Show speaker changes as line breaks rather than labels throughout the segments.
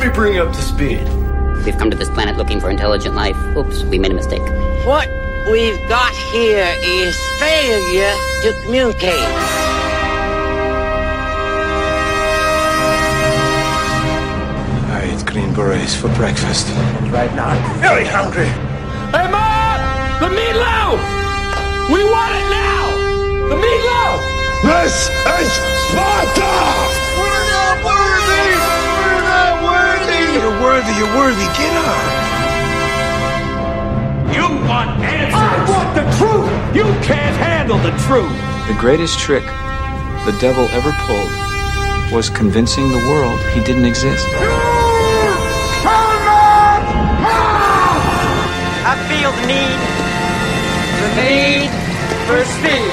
me bring you up to speed.
We've come to this planet looking for intelligent life. Oops, we made a mistake.
What we've got here is failure to communicate.
I eat green berets for breakfast. Right now, I'm very hungry. Hey, Mom! The meatloaf! We want it now! The meatloaf! This is Sparta! We're not worthy! We're not worthy! You're worthy, you're worthy. Get on! You want answers! I want the truth! You can't handle the truth!
The greatest trick the devil ever pulled was convincing the world he didn't exist.
I feel the need. The need for speed.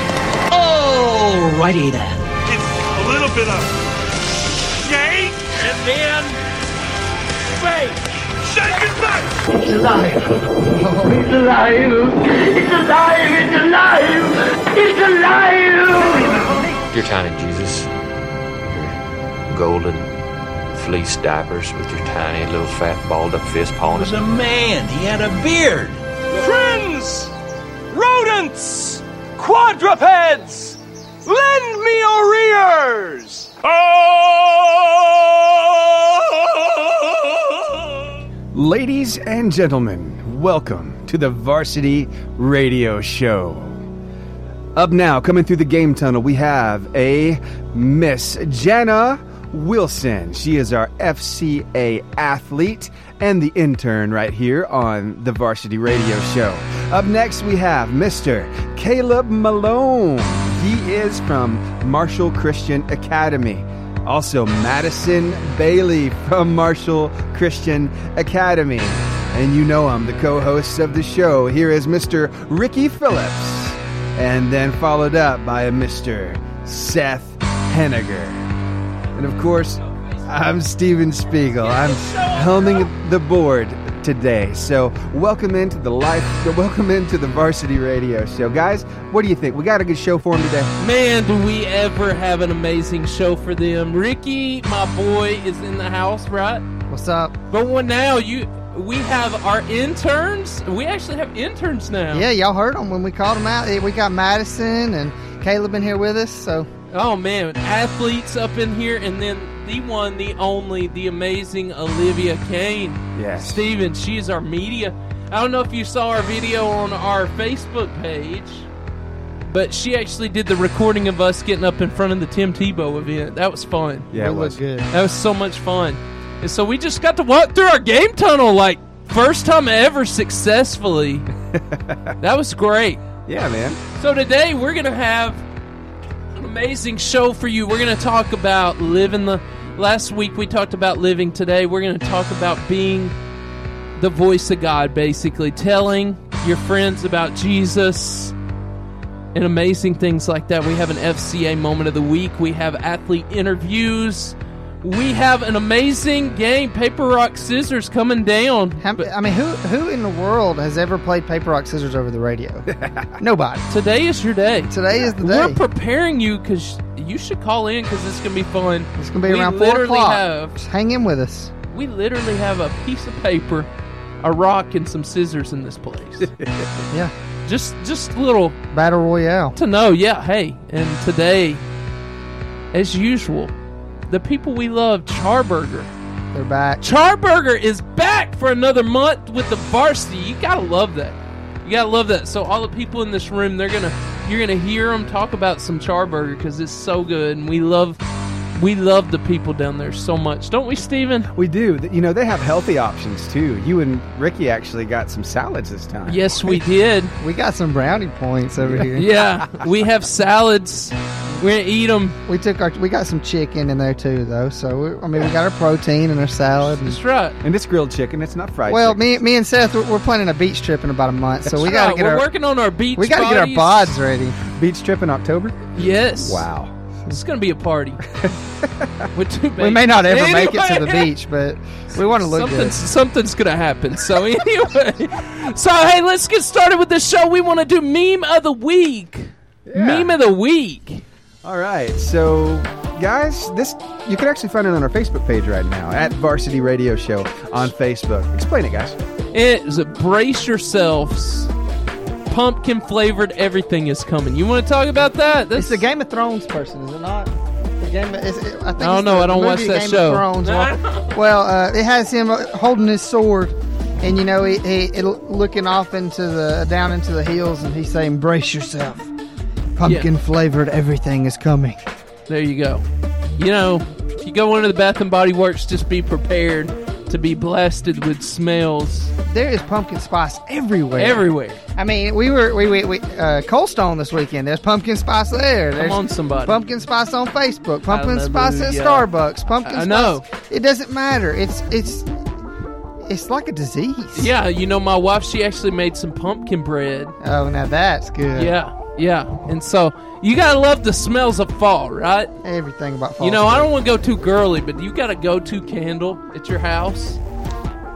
Alrighty then.
It's a little bit of shake and then fake. Shake and bake.
Your tiny Jesus. Your golden fleece diapers with your tiny little fat balled up fist pawing at
was a man. He had a beard. Friends, rodents, quadrupeds, lend me your ears.
Ladies and gentlemen, welcome to the Varsity Radio Show. Up now, coming through the game tunnel, we have a Miss Jana Wilson. She is our FCA athlete and the intern right here on the Varsity Radio Show. Up next, we have Mr. Caleb Malone. He is from Marshall Christian Academy. Also, Madison Bailey from Marshall Christian Academy. And you know him, the co hosts of the show. Here is Mr. Ricky Phillips. And then followed up by a Mr. Seth Henniger. And of course, I'm Steven Spiegel. I'm helming the board today. So, welcome into the life, welcome into the varsity radio show. Guys, what do you think? We got a good show for him today.
Man, do we ever have an amazing show for them. Ricky, my boy, is in the house, right?
What's up?
But one now, you we have our interns. We actually have interns now.
Yeah, y'all heard them when we called them out. We got Madison and Caleb in here with us, so
Oh man, athletes up in here, and then the one, the only, the amazing Olivia Kane.
Yes.
Steven, she is our media. I don't know if you saw our video on our Facebook page, but she actually did the recording of us getting up in front of the Tim Tebow event. That was fun.
Yeah, it
we
was.
look good.
That was so much fun. And so we just got to walk through our game tunnel like first time ever successfully. that was great.
Yeah, man.
So today we're going to have an amazing show for you. We're going to talk about living the last week we talked about living today. We're going to talk about being the voice of God basically telling your friends about Jesus and amazing things like that. We have an FCA moment of the week. We have athlete interviews. We have an amazing game, paper rock scissors coming down.
How, I mean, who who in the world has ever played paper rock scissors over the radio? Nobody.
Today is your day.
Today is the
We're
day.
preparing you because you should call in because it's gonna be fun.
it's gonna be
we
around four
literally
o'clock.
have-
Just hang in with us.
We literally have a piece of paper, a rock, and some scissors in this place.
Yeah,
just, just little
battle royale.
to know. Yeah, hey, and today, as usual, the people we love, Charburger.
They're back.
Charburger is back for another month with the varsity. You gotta love that. You gotta love that. So all the people in this room, they're gonna, you're gonna hear them talk about some Charburger because it's so good, and we love, we love the people down there so much, don't we, Steven?
We do. Th- You know, they have healthy options too. You and Ricky actually got some salads this time.
Yes, we did.
We got some brownie points over here.
Yeah, we have salads. We're gonna eat them.
We took our we got some chicken in there too, though. So we, I mean, we got our protein and our salad. and-
That's right.
And it's grilled chicken. It's not fried.
well,
chicken.
me me and Seth we're, we're planning a beach trip in about a month, so we
That's
gotta
right.
get
We're
our
working on our beach.
we gotta get our
bodies.
bods ready.
beach trip in October.
Yes.
Wow.
It's gonna be a party. With two
We may not ever make it to the
Anyway.
beach, but we want to look
something's,
good.
something's gonna happen. So anyway, so hey, let's get started with the show. We want to do meme of the week. Meme of the week.
All right. So guys, this you can actually find it on our Facebook page right now at Varsity Radio Show on Facebook. Explain it, guys.
It is brace yourselves. Pumpkin flavored everything is coming. You want to talk about that?
It's the Game of Thrones person, is it not? The Game of, is it, I, think
don't
it's
know,
the
I don't
movie
watch that
Game
show.
Of Thrones. Well, well, uh, it has him uh, holding his sword, and you know he, he, he looking off into the down into the hills, and he's saying, "Brace yourself, pumpkin flavored everything is coming."
There you go. You know, if you go into the Bath and Body Works, just be prepared to be blasted with smells
There is pumpkin spice everywhere.
everywhere.
I mean, we were we we, we uh, Cold Stone this weekend. There's pumpkin spice there. There's
Come on, somebody.
Pumpkin spice on Facebook. Pumpkin spice at
Hallelujah.
Starbucks. Pumpkin
I
spice.
know.
It doesn't matter. It's it's it's like a disease.
Yeah, you know, my wife, she actually made some pumpkin bread.
Oh, now that's good.
Yeah, yeah. And so you gotta love the smells of fall, right?
Everything about fall.
You know, I don't want to go too girly, but you got a go-to candle at your house.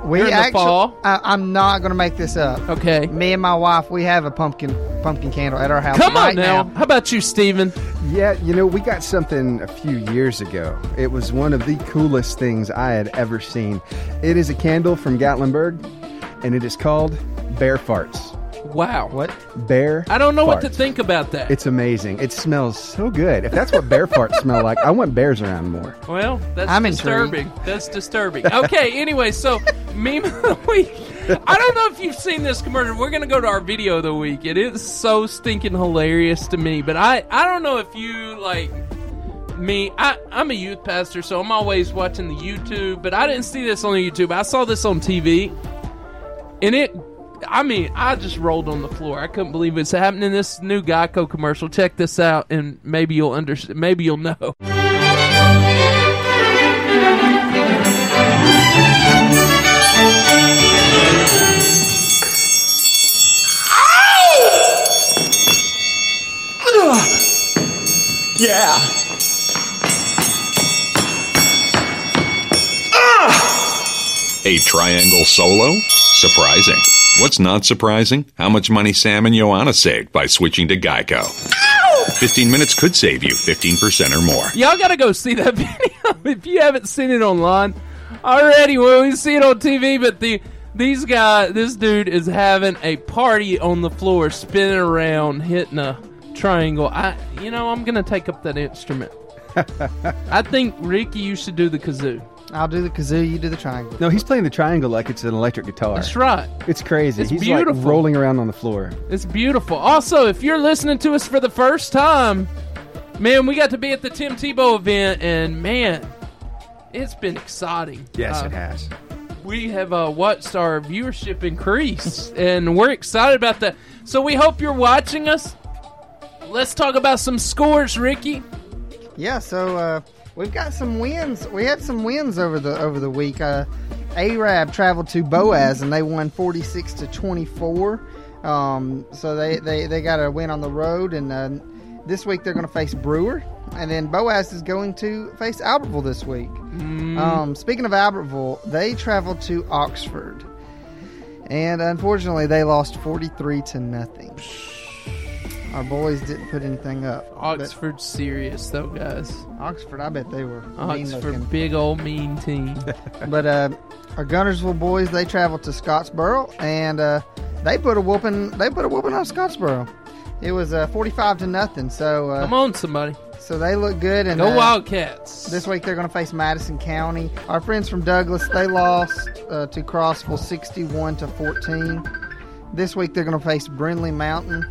We
during the
actu-
fall.
I, I'm not gonna make this up.
Okay.
Me and my wife, we have a pumpkin pumpkin candle at our house.
Come
right
on now. How about you, Steven?
Yeah, you know, we got something a few years ago. It was one of the coolest things I had ever seen. It is a candle from Gatlinburg, and it is called Bear Farts.
Wow.
What?
Bear.
I don't know what to
farts.
think about that.
It's amazing. It smells so good. If that's what bear farts smell like, I want bears around more.
well, that's
I'm
disturbing. That's disturbing. Okay, anyway, so meme of the week. I don't know if you've seen this commercial. We're gonna go to our video of the week. It is so stinking hilarious to me, but I I don't know if you like me. I I'm a youth pastor, so I'm always watching the YouTube. But I didn't see this on YouTube. I saw this on TV, and it. I mean, I just rolled on the floor. I couldn't believe it's happening. This new Geico commercial. Check this out, and maybe you'll understand. Maybe you'll know.
Yeah.
A triangle solo? Surprising. What's not surprising? How much money Sam and Joanna saved by switching to Geico. 15 minutes could save you 15% or more.
Y'all gotta go see that video if you haven't seen it online already. Well, we see it on TV, but the these guy, this dude is having a party on the floor, spinning around, hitting a triangle. I, you know, I'm gonna take up that instrument. I think Ricky, you should do the kazoo.
I'll do the kazoo. You do the triangle.
No, he's playing the triangle like it's an electric guitar.
That's right.
It's crazy.
It's
he's
beautiful.
like rolling around on the floor.
It's beautiful. Also, if you're listening to us for the first time, man, we got to be at the Tim Tebow event, and man, it's been exciting.
Yes,
Oh,
Uh,
it has.
we have uh, watched our viewership increase, and we're excited about that. So we hope you're watching us. Let's talk about some scores, Ricky.
Yeah, so uh, we've got some wins. We had some wins over the over the week. Uh, Arab traveled to Boaz and they won forty six to twenty four. Um, so they, they, they got a win on the road, and uh, this week they're going to face Brewer, and then Boaz is going to face Albertville this week.
mm.
Mm.
Um, speaking of Albertville, they traveled to Oxford, and unfortunately they lost forty three to nothing. Our boys didn't put anything up. but-
Oxford serious though, guys.
Oxford, I bet they were mean looking.
Oxford, big old mean team.
But uh, our Gunnersville boys, they traveled to Scottsboro and uh, they put a whooping. They put a whooping on Scottsboro. It was uh, forty-five to nothing. So
Come
uh,
on, somebody,
so they look good and
go
uh,
Wildcats!
This week they're going to face Madison County. Our friends from Douglas, they lost uh, to Crossville sixty-one to fourteen. This week they're going to face Brindley Mountain.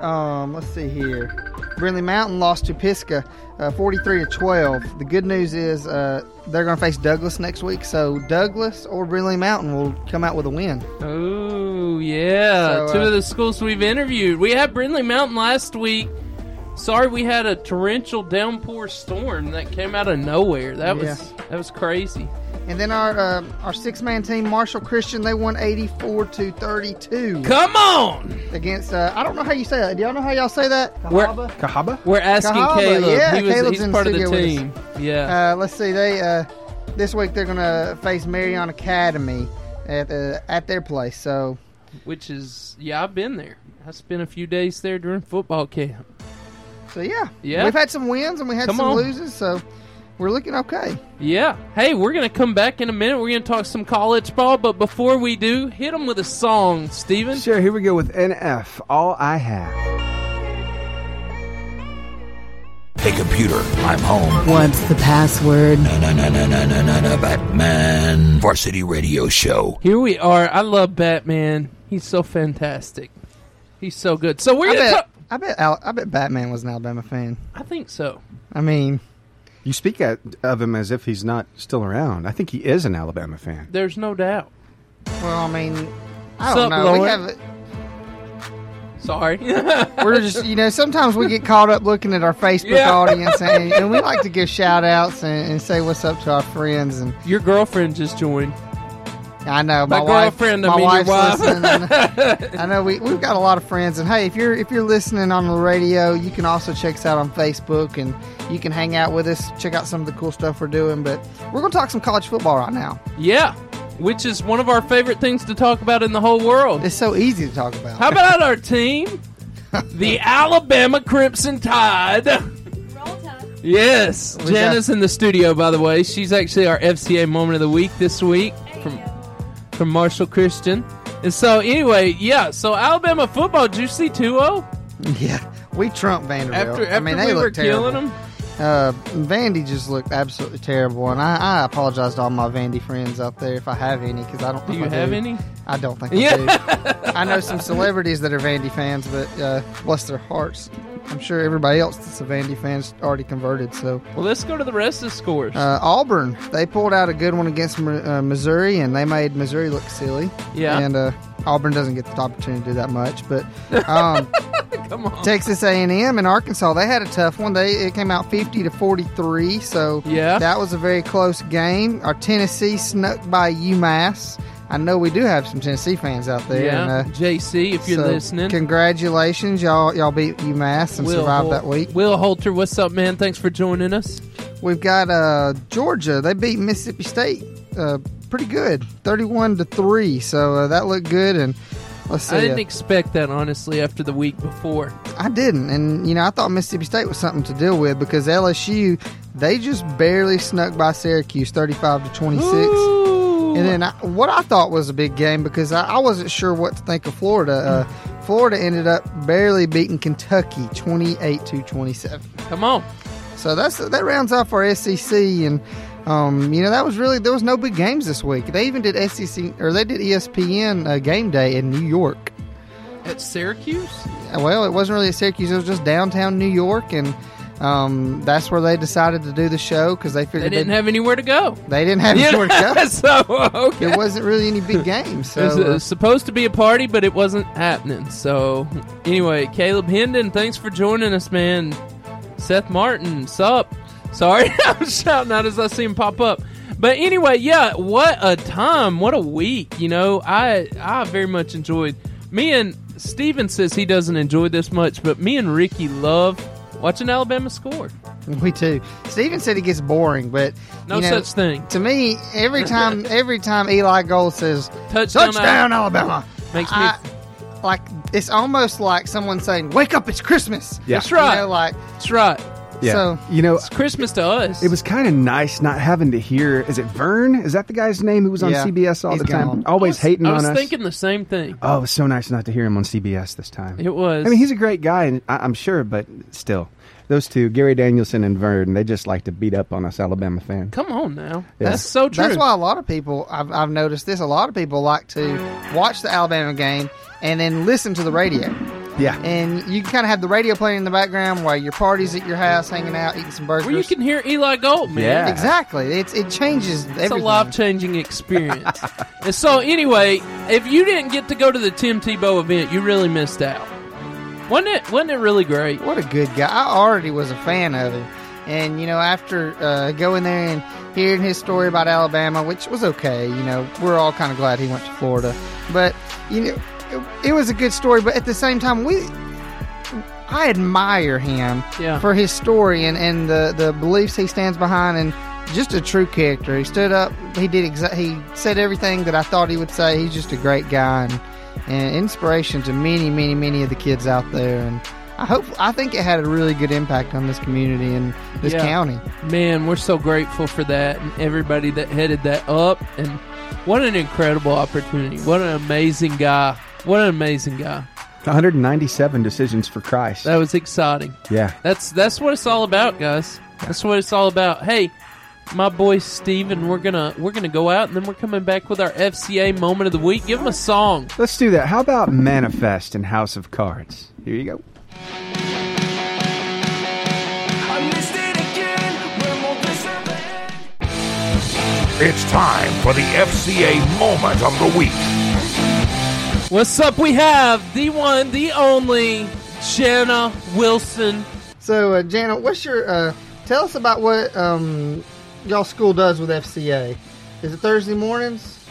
Um, let's see here. Brindley Mountain lost to Pisgah, uh, forty-three to twelve. The good news is uh, they're going to face Douglas next week, so Douglas or Brindley Mountain will come out with a win.
Oh yeah,
So,
two
uh,
of the schools we've interviewed. We had Brindley Mountain last week. Sorry, we had a torrential downpour storm that came out of nowhere. That was
Yeah.
that was crazy.
And then our uh, our six-man team, Marshall Christian, they won eighty-four to thirty-two
Come on,
against. Uh, I don't know how you say that. Do y'all know how y'all say that?
We're-
Kahaba?
We're asking
Cahaba,
Caleb.
yeah,
he was,
Caleb's
he's
in the
part of the
studio with us.
team. Yeah.
Uh, let's see. They uh, this week they're gonna face Marion Academy at uh, at their place. So
Which is, yeah, I've been there. I spent a few days there during football camp.
So yeah,
Yeah.
we've had some wins and we had
Come
some
on.
loses, so we're looking okay.
Yeah. Hey, we're going to come back in a minute. We're going to talk some college ball, but before we do, hit them with a song, Steven.
Sure, here we go with NF, All I Have.
Hey, computer, I'm home.
What's the password?
Na na na na na na na na Batman Varsity Radio Show.
Here we are. I love Batman. He's so fantastic. He's so good. So we're
I
going to
bet,
talk.
I bet Al- I bet Batman was an Alabama fan.
I think so.
I mean,
You speak at, of him as if he's not still around. I think he is an Alabama fan.
There's no doubt.
Well, I mean, I
What's
don't
up,
know. We
Lauren?
have
Sorry.
we're just you know sometimes we get caught up looking at our Facebook
Yeah.
audience and, and we like to give shout outs and, and say what's up to our friends and
Your girlfriend just joined.
I know
My
wife-
girlfriend, I
my
mean, your
wife's
wife.
listening. and I know we we've got a lot of friends and hey if you're if you're listening on the radio you can also check us out on Facebook and you can hang out with us check out some of the cool stuff we're doing but we're gonna talk some college football right now
Yeah. Which is one of our favorite things to talk about in the whole world.
it's so easy to talk about
How about our team? The Alabama Crimson Tide. Yes.
We
Jana's in the studio, by the way. She's actually our FCA moment of the week this week from, from Marshall Christian. And so, anyway, yeah, so Alabama football, did you see 2 0?
yeah we Trump Vanderbilt
After, after
I mean they
we
look
were
terrible.
killing them?
Uh, Vandy just looked absolutely terrible, and I, I apologize to all my Vandy friends out there if I have any, because I don't.
Do
think
you
I
have any?
I don't think.
Yeah.
I, do. I know some celebrities that are Vandy fans, but uh, bless their hearts, I'm sure everybody else that's a Vandy fan's already converted. So
Well, let's go to the rest of the scores.
uh, Auburn, they pulled out a good one against Mi- uh, Missouri, and they made Missouri look silly.
Yeah.
and uh, Auburn doesn't get the opportunity to do that much, but um,
Come on.
Texas A&M and Arkansas, they had a tough one. They it came out 50 to 43, so
Yeah.
that was a very close game. Our Tennessee snuck by UMass. I know we do have some Tennessee fans out there.
yeah.
and, uh,
JC, if you're
so
listening.
congratulations, y'all! Y'all beat UMass and survived
Hol-
that week.
Will Holter, what's up, man? Thanks for joining us.
We've got uh, Georgia. They beat Mississippi State uh, pretty good, 31 to three. So uh, that looked good. And let's see.
I didn't
uh,
expect that, honestly, after the week before.
I didn't, and you know I thought Mississippi State was something to deal with because LSU they just barely snuck by Syracuse, thirty-five to twenty-six. And then I, what I thought was a big game because I, I wasn't sure what to think of Florida.
Hmm.
Uh, Florida ended up barely beating Kentucky, twenty-eight to twenty-seven.
Come on.
So that's that rounds off our SEC, and um, you know that was really there was no big games this week. They even did SEC or they did E ESPN uh, game day in New York.
At Syracuse?
well, it wasn't really at Syracuse. It was just downtown New York, and um, that's where they decided to do the show because they
They
figured
didn't have anywhere to go.
they didn't have
You
anywhere to
know,
go.
so, okay.
There wasn't really any big games.
It was, uh,
So uh,
supposed to be a party, but it wasn't happening. So, anyway, Caleb Hendon, thanks for joining us, man. Seth Martin, sup? Sorry, I'm shouting out as I see him pop up. But anyway, yeah, what a time, what a week. You know, I I very much enjoyed. Me and Steven says he doesn't enjoy this much, but me and Ricky love watching Alabama score.
we too. Steven said it gets boring, but
No
you know,
such thing.
To me, every time every time Eli Gold says
Touchdown,
touchdown Alabama,
makes me.
I, like it's almost like someone saying, "Wake up, it's Christmas."
Yeah.
That's right.
You know, like
that's right.
Yeah.
so.
you know,
It's Christmas to us.
it was kind of nice not having to hear. Is it Vern? Is that the guy's name who was on
Yeah,
CBS all
he's
the time?
gone.
Always hating
I was
on us.
thinking the same thing.
Oh, it was so nice not to hear him on CBS this time.
It was.
I mean, he's a great guy, and I, I'm sure, but still, those two, Gary Danielson and Vern, they just like to beat up on us Alabama fans.
Come on now.
Yeah.
That's so true.
That's why a lot of people I've, I've noticed this. A lot of people like to watch the Alabama game and then listen to the radio.
Yeah,
And you can kind of have the radio playing in the background while your party's at your house, hanging out, eating some burgers.
Where you can hear Eli Gold, man.
Yeah.
exactly. It's it changes everything.
It's a life changing experience. and so, anyway, if you didn't get to go to the Tim Tebow event, you really missed out. Wasn't it? Wasn't it really great?
What a good guy! I already was a fan of him, and you know, after uh, going there and hearing his story about Alabama, which was okay, you know, we're all kind of glad he went to Florida, but you know, it, it was a good story. But at the same time, we, I admire him
Yeah.
for his story and and the the beliefs he stands behind and. Just a true character. He stood up. He did. Exa- he said everything that I thought he would say. He's just a great guy and, and inspiration to many, many, many of the kids out there. And I hope I think it had a really good impact on this community and this
Yeah.
county.
Man, we're so grateful for that and everybody that headed that up. And what an incredible opportunity. What an amazing guy. What an amazing guy.
197 decisions for Christ.
That was exciting.
Yeah.
That's that's what it's all about, guys. That's what it's all about. Hey, my boy Steven, we're gonna we're gonna go out and then we're coming back with our FCA moment of the week. Give him a song.
Let's do that. How about Manifest and House of Cards? Here you go.
It's time for the FCA moment of the week.
What's up? We have the one, the only Jenna Wilson.
So, uh, Jana, what's your uh, tell us about what um, y'all school does with FCA? Is it Thursday mornings?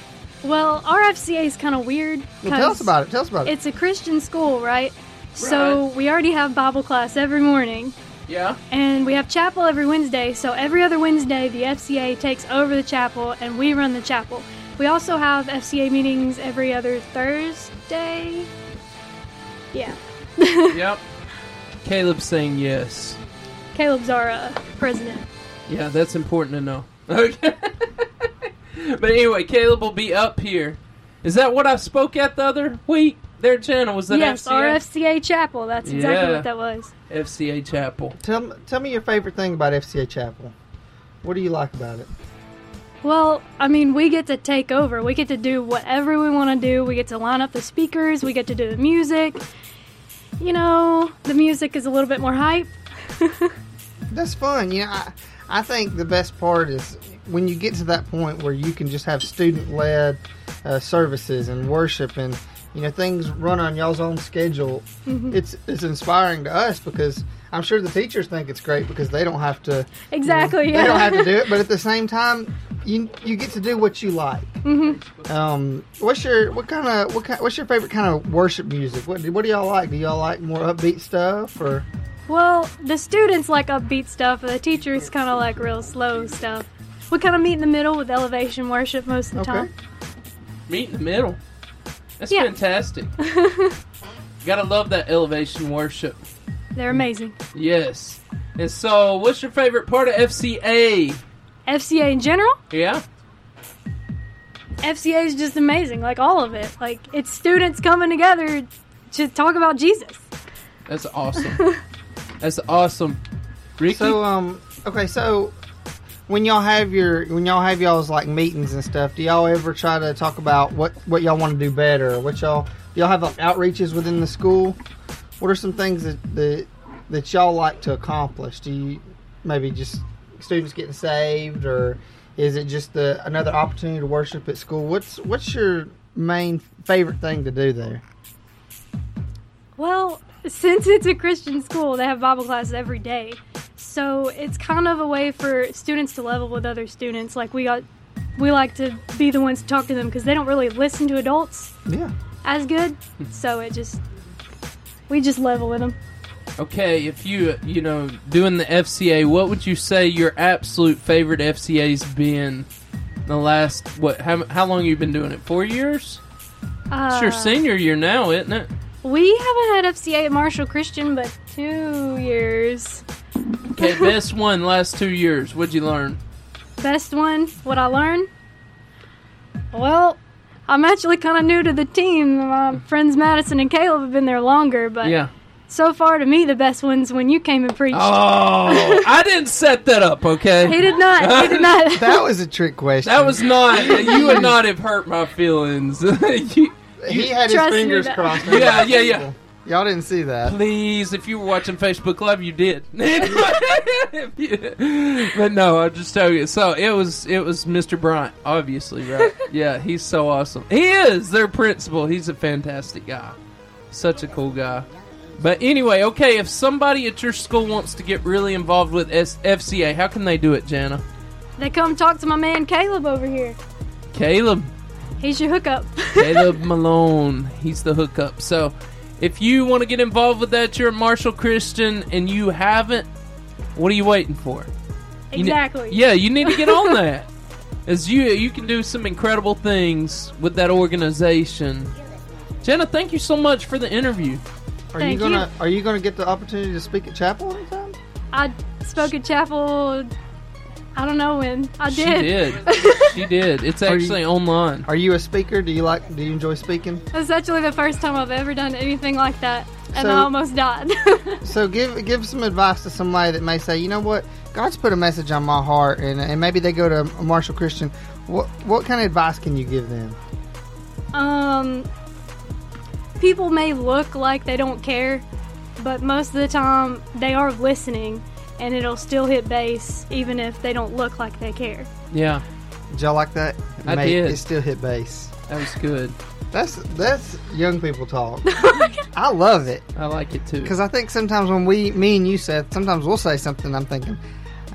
Well, our FCA is kind of weird.
Well, tell
'cause
us about it. Tell us about it.
It's a Christian school, right? So we already have Bible class every morning,
Yeah.
and we have chapel every Wednesday. So every other Wednesday, the FCA takes over the chapel, and we run the chapel. We also have FCA meetings every other Thursday. Yeah,
yep. Caleb's saying yes.
Caleb Zara, uh, president.
Yeah, that's important to know. Okay. but anyway, Caleb will be up here. Is that what I spoke at the other week? Their channel was that
yes,
FCA?
our FCA chapel. That's exactly
Yeah.
what that was.
FCA Chapel.
Tell tell me your favorite thing about FCA Chapel. What do you like about it?
Well, I mean, we get to take over. We get to do whatever we want to do. We get to line up the speakers. We get to do the music. You know, the music is a little bit more hype.
That's fun. You know, I, I think the best part is when you get to that point where you can just have student led uh, services and worship and, you know, things run on y'all's own schedule.
Mhm.
It's, it's inspiring to us because I'm sure the teachers think it's great because they don't have to. you know,
Exactly, yeah.
They don't have to do it, but at the same time, you, you get to do what you like.
hmm
Um, what's your what kind of what kind, what's your favorite kind of worship music? What do- what do y'all like? Do y'all like more upbeat stuff or
Well, the students like upbeat stuff, and the teachers kind of like real slow stuff. We kind of meet in the middle with elevation worship most of the time.
Meet in the middle. That's
Yeah.
fantastic. Gotta love that elevation worship.
They're amazing.
Yes. And so, what's your favorite part of FCA?
FCA in general,
Yeah.
FCA is just amazing. Like all of it. Like it's students coming together to talk about Jesus.
That's awesome. That's awesome. Ricky?
So um okay, so when y'all have your when y'all have y'all's like meetings and stuff, do y'all ever try to talk about what what y'all want to do better or what y'all do y'all have like outreaches within the school? What are some things that that, that y'all like to accomplish? Do you maybe just students getting saved or is it just the, another opportunity to worship at school? What's what's your main favorite thing to do there?
Well, since it's a Christian school, they have Bible classes every day. So it's kind of a way for students to level with other students. Like we got, we like to be the ones to talk to them because they don't really listen to adults
Yeah.
as good. So it just, we just level with them.
Okay, if you you know doing the FCA, what would you say your absolute favorite FCA's been? The last what? How, how long you been doing it? Four years? it's your
Uh,
senior year now, isn't it?
We haven't had FCA at Marshall Christian, but two years.
Okay, best one last two years. What'd you learn?
Best one, what I learned? Well, I'm actually kind of new to the team. My friends Madison and Caleb have been there longer, but
yeah.
so far to me the best one's when you came and preached.
Oh, I didn't set that up. Okay,
He did not. He did not.
That was a trick question.
That was not. You would not have hurt my feelings. You-
He had
Trust
his
me,
fingers
that-
crossed.
Yeah, yeah, yeah.
Y'all didn't see that.
Please, if you were watching Facebook Live, you did. but no, I'm just joking. So it was it was Mr. Bryant, obviously, right? yeah, he's so awesome. He is their principal. He's a fantastic guy, such a cool guy. But anyway, okay, if somebody at your school wants to get really involved with S- FCA, how can they do it, Jana?
They come talk to my man Caleb over here.
Caleb,
He's your hookup.
Caleb Malone. He's the hookup. So if you want to get involved with that, you're a Marshall Christian and you haven't, what are you waiting for? You ne-
Exactly.
yeah, you need to get on that. As you you can do some incredible things with that organization. Jenna, thank you so much for the interview.
Are
Thank
you gonna Are you gonna get the opportunity to speak at chapel anytime?
I spoke at chapel. I don't know when I
She
did.
did. she did. It's actually online.
Are you a speaker? Do you like? Do you enjoy speaking?
That's actually the first time I've ever done anything like that, and
So-
I almost died.
so give give some advice to somebody that may say, you know what, God's put a message on my heart, and and maybe they go to Marshall Christian. What what kind of advice can you give them?
um, people may look like they don't care, but most of the time they are listening, and it'll still hit base even if they don't look like they care.
Yeah.
Did y'all like that?
I
Mate,
did.
It still hit base.
That was good.
That's that's young people talk. I love it.
I like it too.
Because I think sometimes when we, me and you, Seth, sometimes we'll say something. I'm thinking,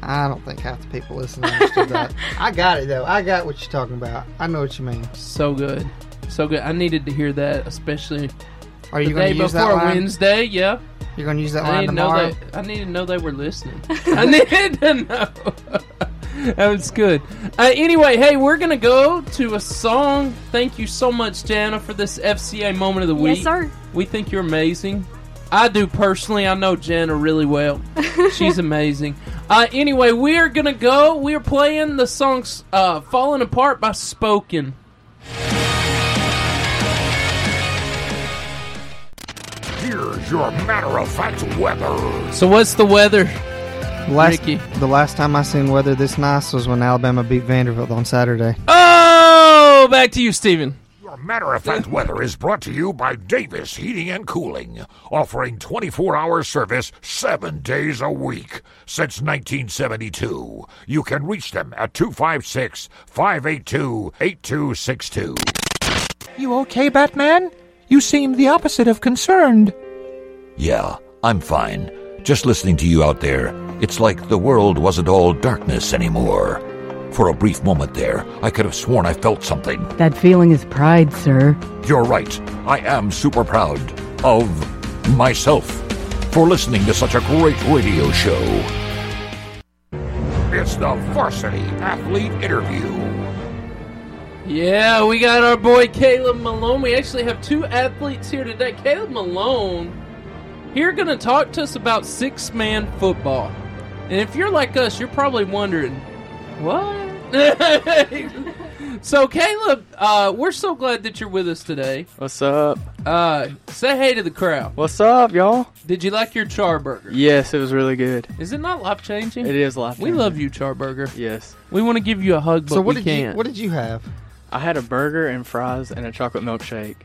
I don't think half the people listening understood that. I got it though. I got what you're talking about. I know what you mean.
So good. So good. I needed to hear that, especially
Are you
the
gonna
day
use that
before
line?
Wednesday. Yeah.
You're gonna use that
I
line
didn't know
tomorrow?
they- I need to know they were listening. I needed to know. that was good. Uh, anyway, hey, we're gonna go to a song. Thank you so much, Jana, for this FCA moment of the week.
Yes, sir.
We think you're amazing. I do personally. I know Jana really well. She's amazing. Uh, anyway, we are gonna go. We are playing the song uh, "Falling Apart" by Spoken.
Here's your matter of fact weather.
So what's the weather?
Last, the last time I seen weather this nice was when Alabama beat Vanderbilt on Saturday.
Oh, back to you, Steven.
Your matter of fact weather is brought to you by Davis Heating and Cooling, offering 24 hour service seven days a week since 1972. You can reach them at 256 582 8262.
Mm-hmm. You okay, Batman? You seem the opposite of concerned.
Yeah, I'm fine. Just listening to you out there, it's like the world wasn't all darkness anymore. For a brief moment there, I could have sworn I felt something.
That feeling is pride, sir.
You're right. I am super proud of myself for listening to such a great radio show.
It's the Varsity Athlete Interview.
Yeah, we got our boy Caleb Malone. We actually have two athletes here today. Caleb Malone, here going to talk to us about six man football. And if you're like us, you're probably wondering, what? so, Caleb, uh, we're so glad that you're with us today.
What's up?
Uh, say hey to the crowd.
What's up, y'all?
Did you like your charburger?
Yes, it was really good.
Is it not life changing?
It is life.
We love you, Charburger.
Yes.
We want to give you a hug, but
So what
we
did you-
can't.
what
did you have?
I had a burger and fries and a chocolate milkshake.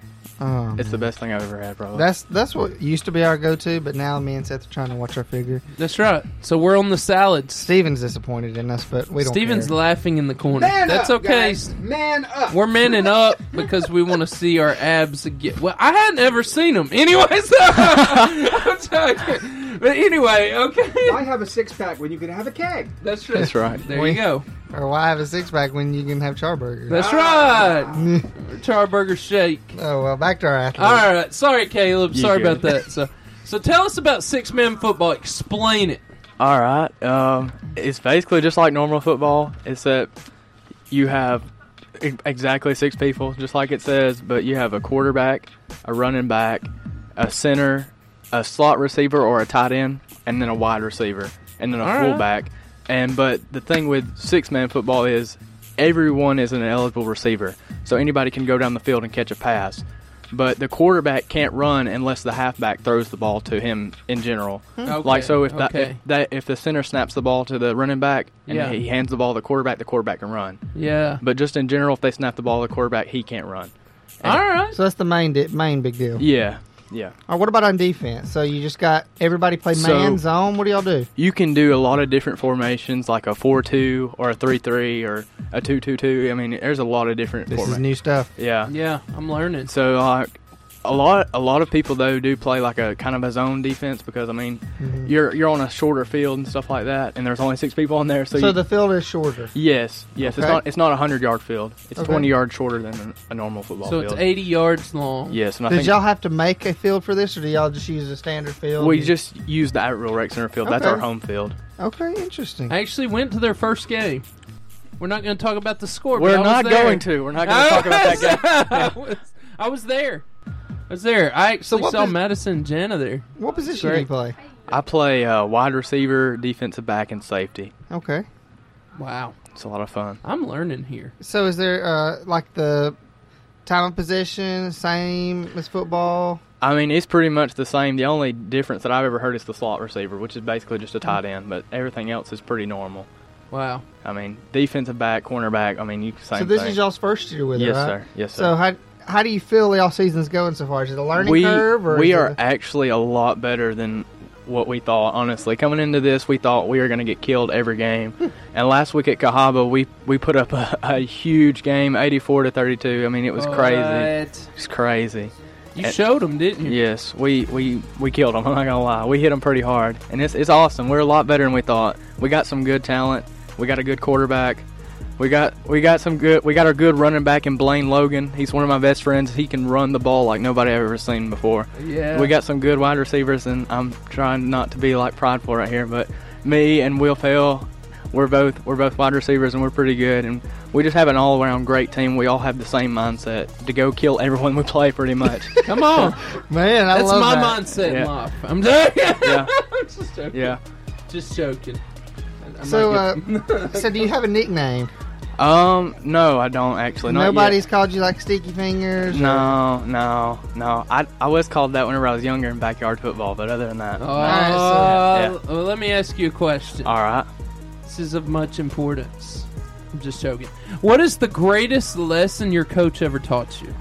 Oh,
it's the best thing I've ever had, probably.
That's that's what used to be our go-to, but now me and Seth are trying to watch our figure.
That's right. So we're on the salads.
Steven's disappointed in us, but we don't.
Steven's laughing in the corner.
Man
That's
up,
okay.
guys. Man up.
We're manning up because we want to see our abs again. Well, I hadn't ever seen them. Anyways, I'm joking. But anyway, okay.
I have a six pack when you can have a keg.
That's
That's right.
There you go.
Or why have a six pack when you can have charburger? Ah.
That's right. Charburger shake.
Oh well, back to our athlete.
All right. Sorry, Caleb.
You
Sorry about
good.
that. So, so tell us about six man football. Explain it.
All right. Um, it's basically just like normal football, except you have e- exactly six people, just like it says, but you have a quarterback, a running back, a center, a slot receiver or a tight end, and then a wide receiver, and then a
All right.
fullback. And but the thing with six man football is everyone is an eligible receiver, so anybody can go down the field and catch a pass. But the quarterback can't run unless the halfback throws the ball to him in general.
Hmm. Okay,
Like so, if, that,
okay.
if that if the center snaps the ball to the running back and
Yeah.
he hands the ball to the quarterback, the quarterback can run.
Yeah.
But just in general, if they snap the ball to the quarterback, he can't run.
All right.
So that's the main di- main big deal.
Yeah, yeah.
Or what about on defense? So you just got everybody play
So-
man zone. What do y'all do?
You can do a lot of different formations, like a four-two or a three-three or a two-two-two. I mean, there's a lot of different.
This is
forma-
new stuff.
Yeah.
Yeah, I'm learning.
So like a lot a lot of people though do play like a kind of a zone defense because I mean
Mhm.
you're you're on a shorter field and stuff like that and there's only six people on there so,
So,
you,
the field is shorter.
yes yes it's
Okay.
not it's not a hundred yard field it's
Okay.
twenty yards shorter than a normal football
So
field
it's 80 yards long.
yes and I
Did
think
y'all have to make a field for this, or do y'all just use a standard field?
we just use the Outreal Rec Center field that's our
Okay.
home field
okay, interesting.
I actually went to their first game. We're not going to talk about the score.
We're
but I was
not
there.
going to. We're not gonna talk about that game.
I was, I was there. I was there. I actually
what
saw
pos-
Madison and Jana there.
What position do you play?
I play uh, wide receiver, defensive back, and safety.
Okay.
Wow.
It's a lot of fun.
I'm learning here.
So is there uh, like the time of possession same as football?
I mean, it's pretty much the same. The only difference that I've ever heard is the slot receiver, which is basically just a tight end, but everything else is pretty normal.
Wow.
I mean, defensive back, cornerback. I mean, you same.
so this
thing.
is y'all's first year with
Yes,
it, right?
sir. Yes, sir.
So how how do you feel y'all season's going so far? Is it a learning
we,
curve? Or
we
is
are
It,
actually a lot better than what we thought honestly coming into this we thought we were going to get killed every
Hmm.
game and last week at cahaba we we put up a, a huge game 84 to 32 i mean it was crazy
What?
it's crazy
You showed them, didn't you?
yes we we we killed them i'm not gonna lie we hit them pretty hard and it's, it's awesome we're a lot better than we thought we got some good talent we got a good quarterback we got we got some good we got our good running back in Blaine Logan. He's one of my best friends. He can run the ball like nobody I've ever seen before.
Yeah.
We got some good wide receivers and I'm trying not to be like prideful right here, but me and Will Fell, we're both we're both wide receivers and we're pretty good and we just have an all around great team. We all have the same mindset to go kill everyone we play pretty much.
Come on.
Man,
That's
love
my
that.
mindset in
Yeah.
life. I'm joking.
Yeah.
I'm just joking.
Yeah.
Just joking. I- I
so
might
uh, so do you have a nickname?
um, no, I don't actually not yet.
Nobody's called you like Sticky Fingers. or-
No, no, no. I, I was called that whenever I was younger in backyard football, but other than that,
Uh,
Yeah.
well, let me ask you a question.
All right.
This is of much importance. I'm just joking. What is the greatest lesson your coach ever taught you?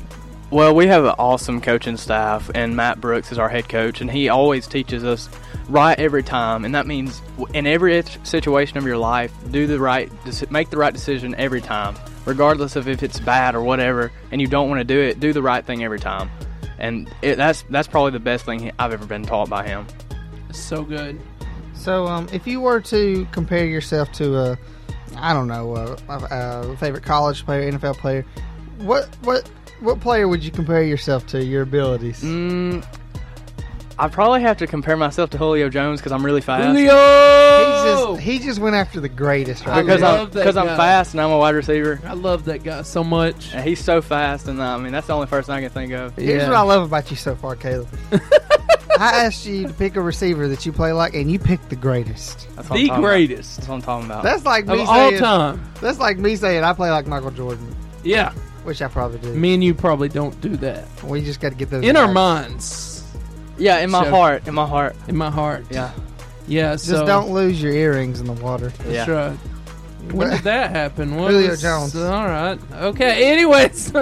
Well, we have an awesome coaching staff, and Matt Brooks is our head coach, and he always teaches us right every time, and that means w- in every it- situation of your life, do the right, deci- make the right decision every time, regardless of if it's bad or whatever, and you don't want to do it, do the right thing every time, and it, that's that's probably the best thing I've ever been taught by him.
So good.
So, um, if you were to compare yourself to a, I don't know, a, a, a favorite college player, NFL player, what what what player would you compare yourself to? Your abilities?
Mm, I probably have to compare myself to Julio Jones because I'm really fast.
He just, he just went after the greatest, right?
because
there.
I'm because I'm fast and I'm a wide receiver.
I love that guy so much.
And he's so fast, and uh, I mean that's the only person I can think of.
Here's what I love about you so far, Caleb. I asked you to pick a receiver that you play like, and you picked the greatest.
That's what I'm talking about. That's what I'm talking about.
That's like me
Of all
saying-
time.
That's like me saying I play like Michael Jordan,
Yeah.
which I probably do.
Me and you probably don't do that.
We just got to get those
In our
guys.
minds.
Yeah, in my
So-
heart, in my heart,
in my heart.
Yeah,
Yeah.
Just
so
don't lose your earrings in the water.
That's right. When did that happen? What
Julio
was-
Jones.
All right. Okay. Anyways,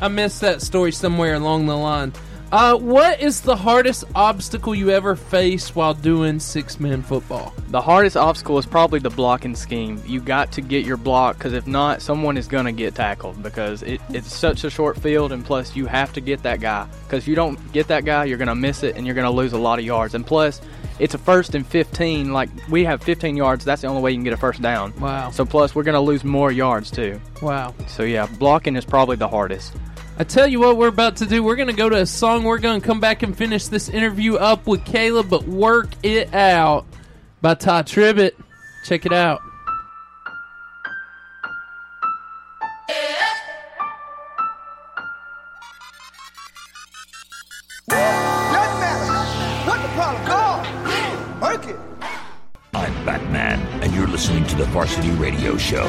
I missed that story somewhere along the line. Uh, what is the hardest obstacle you ever faced while doing six man football?
the hardest obstacle is probably the blocking scheme. You got to get your block because if not, someone is gonna get tackled because it, it's such a short field, and plus you have to get that guy because if you don't get that guy, you're gonna miss it and you're gonna lose a lot of yards. And plus, it's a first and fifteen. Like we have 15 yards. That's the only way you can get a first down.
Wow.
So plus we're gonna lose more yards too.
Wow.
So yeah, blocking is probably the hardest.
I tell you what, we're about to do. We're going to go to a song. We're going to come back and finish this interview up with Caleb, but work it out by Ty Tribbett. Check it out.
Nothing matters. What the problem? Go. Work it.
I'm Batman, and you're listening to the Varsity Radio Show.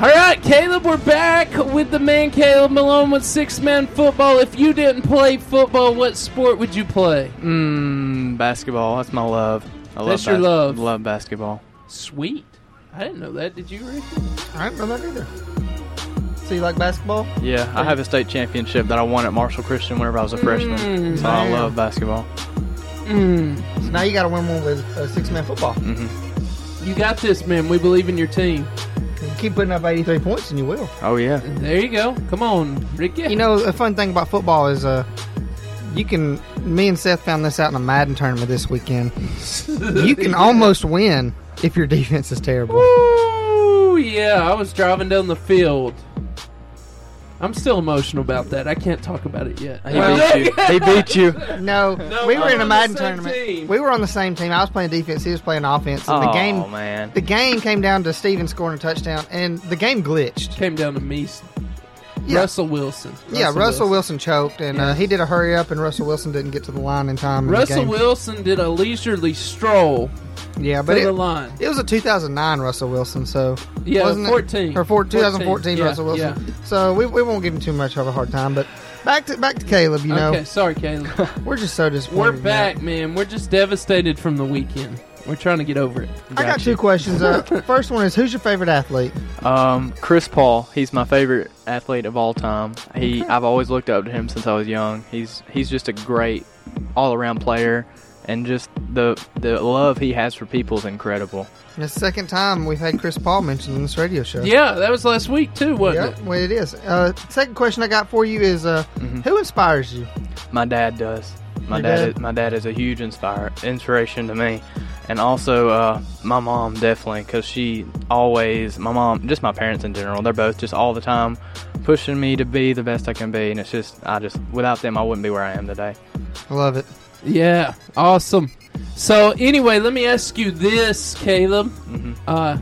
All right, Caleb, we're back with the man Caleb Malone with Six Man Football. If you didn't play football, what sport would you play?
Mm, basketball. That's my love. I
That's
love
your love.
Love basketball.
Sweet. I didn't know that. Did you, Rick?
I didn't know that either. So you like basketball?
Yeah, I have a state championship that I won at Marshall Christian whenever I was a freshman.
Mm,
so I
man.
love basketball.
Mm.
So now you got to win one with uh, six man football.
Mm-hmm.
You got this, man. We believe in your team.
Keep putting up 83 points and you will.
Oh yeah.
There you go. Come on, Ricky.
You know, a fun thing about football is uh, you can. Me and Seth found this out in a Madden tournament this weekend. you can almost win if your defense is terrible.
Ooh, yeah. I was driving down the field. I'm still emotional about that. I can't talk about it yet.
No,
No,
we were
I'm
in a
on the
Madden
same
tournament.
team.
We were on the same team. I was playing defense. He was playing offense. And the
Aw,
game,
man.
the game came down to Steven scoring a touchdown, and the game glitched.
Came down to me. Russell Wilson.
yeah, Russell Wilson, choked, and uh, he did a hurry up, and Russell Wilson didn't get to the line in time. in the
Russell
game.
Wilson did a leisurely stroll.
Yeah, but
to the
it,
line.
it was a 2009 Russell Wilson, so
Yeah,
wasn't it?
14.
or four, 2014
Yeah,
Russell Wilson. So we, we won't give him too much of a hard time. But back to back to Caleb, you know,
Okay, sorry, Caleb.
we're just so disappointed.
We're
in that.
back, man. We're just devastated from the weekend. We're trying to get over it.
I got two questions. Uh, first one is who's your favorite athlete?
Um, Chris Paul. He's my favorite athlete of all time. He, I've always looked up to him since I was young. He's he's just a great all-around player, and just the the love he has for people is incredible.
And It's the second time we've had Chris Paul mentioned in this radio show.
Yeah, that was last week too, wasn't
Yep, well, it is. Uh, second question I got for you is uh, who inspires you?
My dad does. My
Your
dad,
dad?
Is, my dad is a huge inspire inspiration to me, and also uh, my mom definitely because she always my mom just my parents in general they're both just all the time pushing me to be the best I can be, and it's just I just without them I wouldn't be where I am today.
I love it.
Yeah, awesome. So anyway, let me ask you this, Caleb.
Mm-hmm.
Uh,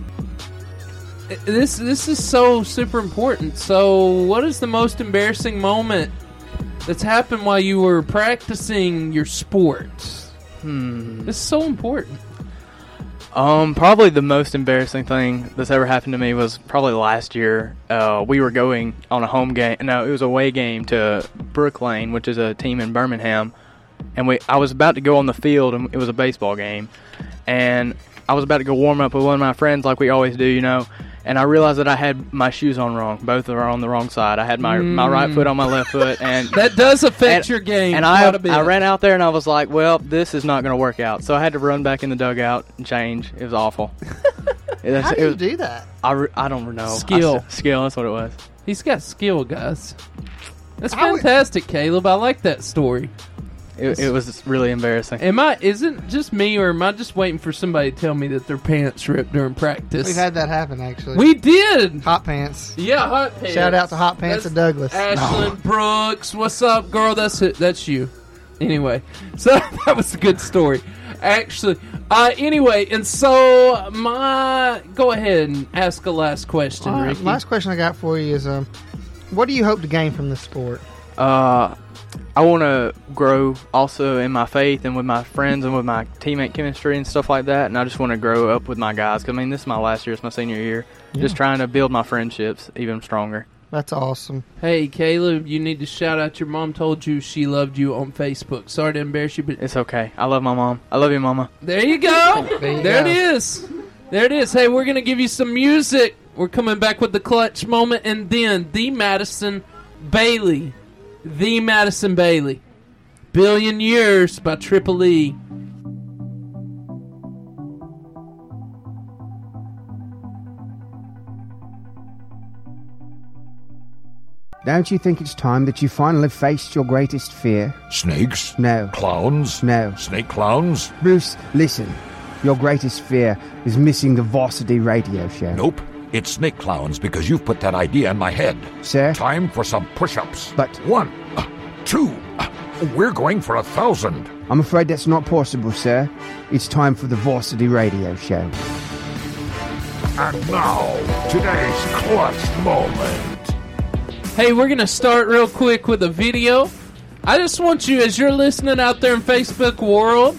i- this this is so super important. So, what is the most embarrassing moment that's happened while you were practicing your sports?
Hmm.
This is so important.
Um, probably the most embarrassing thing that's ever happened to me was probably last year. Uh, we were going on a home game. No, it was a away game to Brooklane, which is a team in Birmingham. And we, I was about to go on the field, and it was a baseball game. And I was about to go warm up with one of my friends, like we always do, you know. And I realized that I had my shoes on wrong. Both are on the wrong side. I had my my right
Mm.
foot on my left foot, and
That does affect
and-
your game.
And I,
quite a bit.
I ran out there and I was like, well, this is not going to work out. So I had to run back in the dugout and change. It was awful. It-
How
it
do you
was-
do that?
I, re- I don't know. I s-
Skill.
skill, that's what it was.
He's got skill, guys. That's fantastic, Caleb. I like that story.
It, it was really embarrassing.
Am I? Isn't just me, or am I just waiting for somebody to tell me that their pants ripped during practice?
We've had that happen actually.
We did.
Hot pants.
Yeah, hot pants.
Shout out to Hot Pants
That's
and Douglas.
Ashlyn Brooks, what's up, girl? That's it. That's you. Anyway, so that was a good story. Actually, uh, anyway, and so my go ahead and ask a last question,
All right,
Ricky.
Uh, last question I got for you is um, what do you hope to gain from this sport?
Uh, I want to grow also in my faith and with my friends and with my teammate chemistry and stuff like that. And I just want to grow up with my guys. 'Cause, I mean, this is my last year. It's my senior year. Just
Yeah.
trying to build my friendships even stronger.
That's awesome.
Hey, Caleb, you need to shout out your mom told you she loved you on Facebook. Sorry to embarrass you, but
it's okay. I love my mom. I love you, mama.
There you go. there
you
it
go.
is. There it is. Hey, we're going to give you some music. We're coming back with the clutch moment and then the Madison Bailey. The Madison Bailey. Billion Years by Triple E.
Don't you think it's time that you finally faced your greatest fear?
Snakes?
No.
Clowns?
No.
Snake clowns?
Bruce, listen. Your greatest fear is missing the Varsity Radio Show.
Nope. It's snake clowns because you've put that idea in my head.
Sir?
Time for some push ups.
But.
One, uh, two, uh, we're going for a thousand.
I'm afraid that's not possible, sir. It's time for the Varsity Radio Show.
And now, today's clutch moment.
Hey, we're going to start real quick with a video. I just want you, as you're listening out there in Facebook world,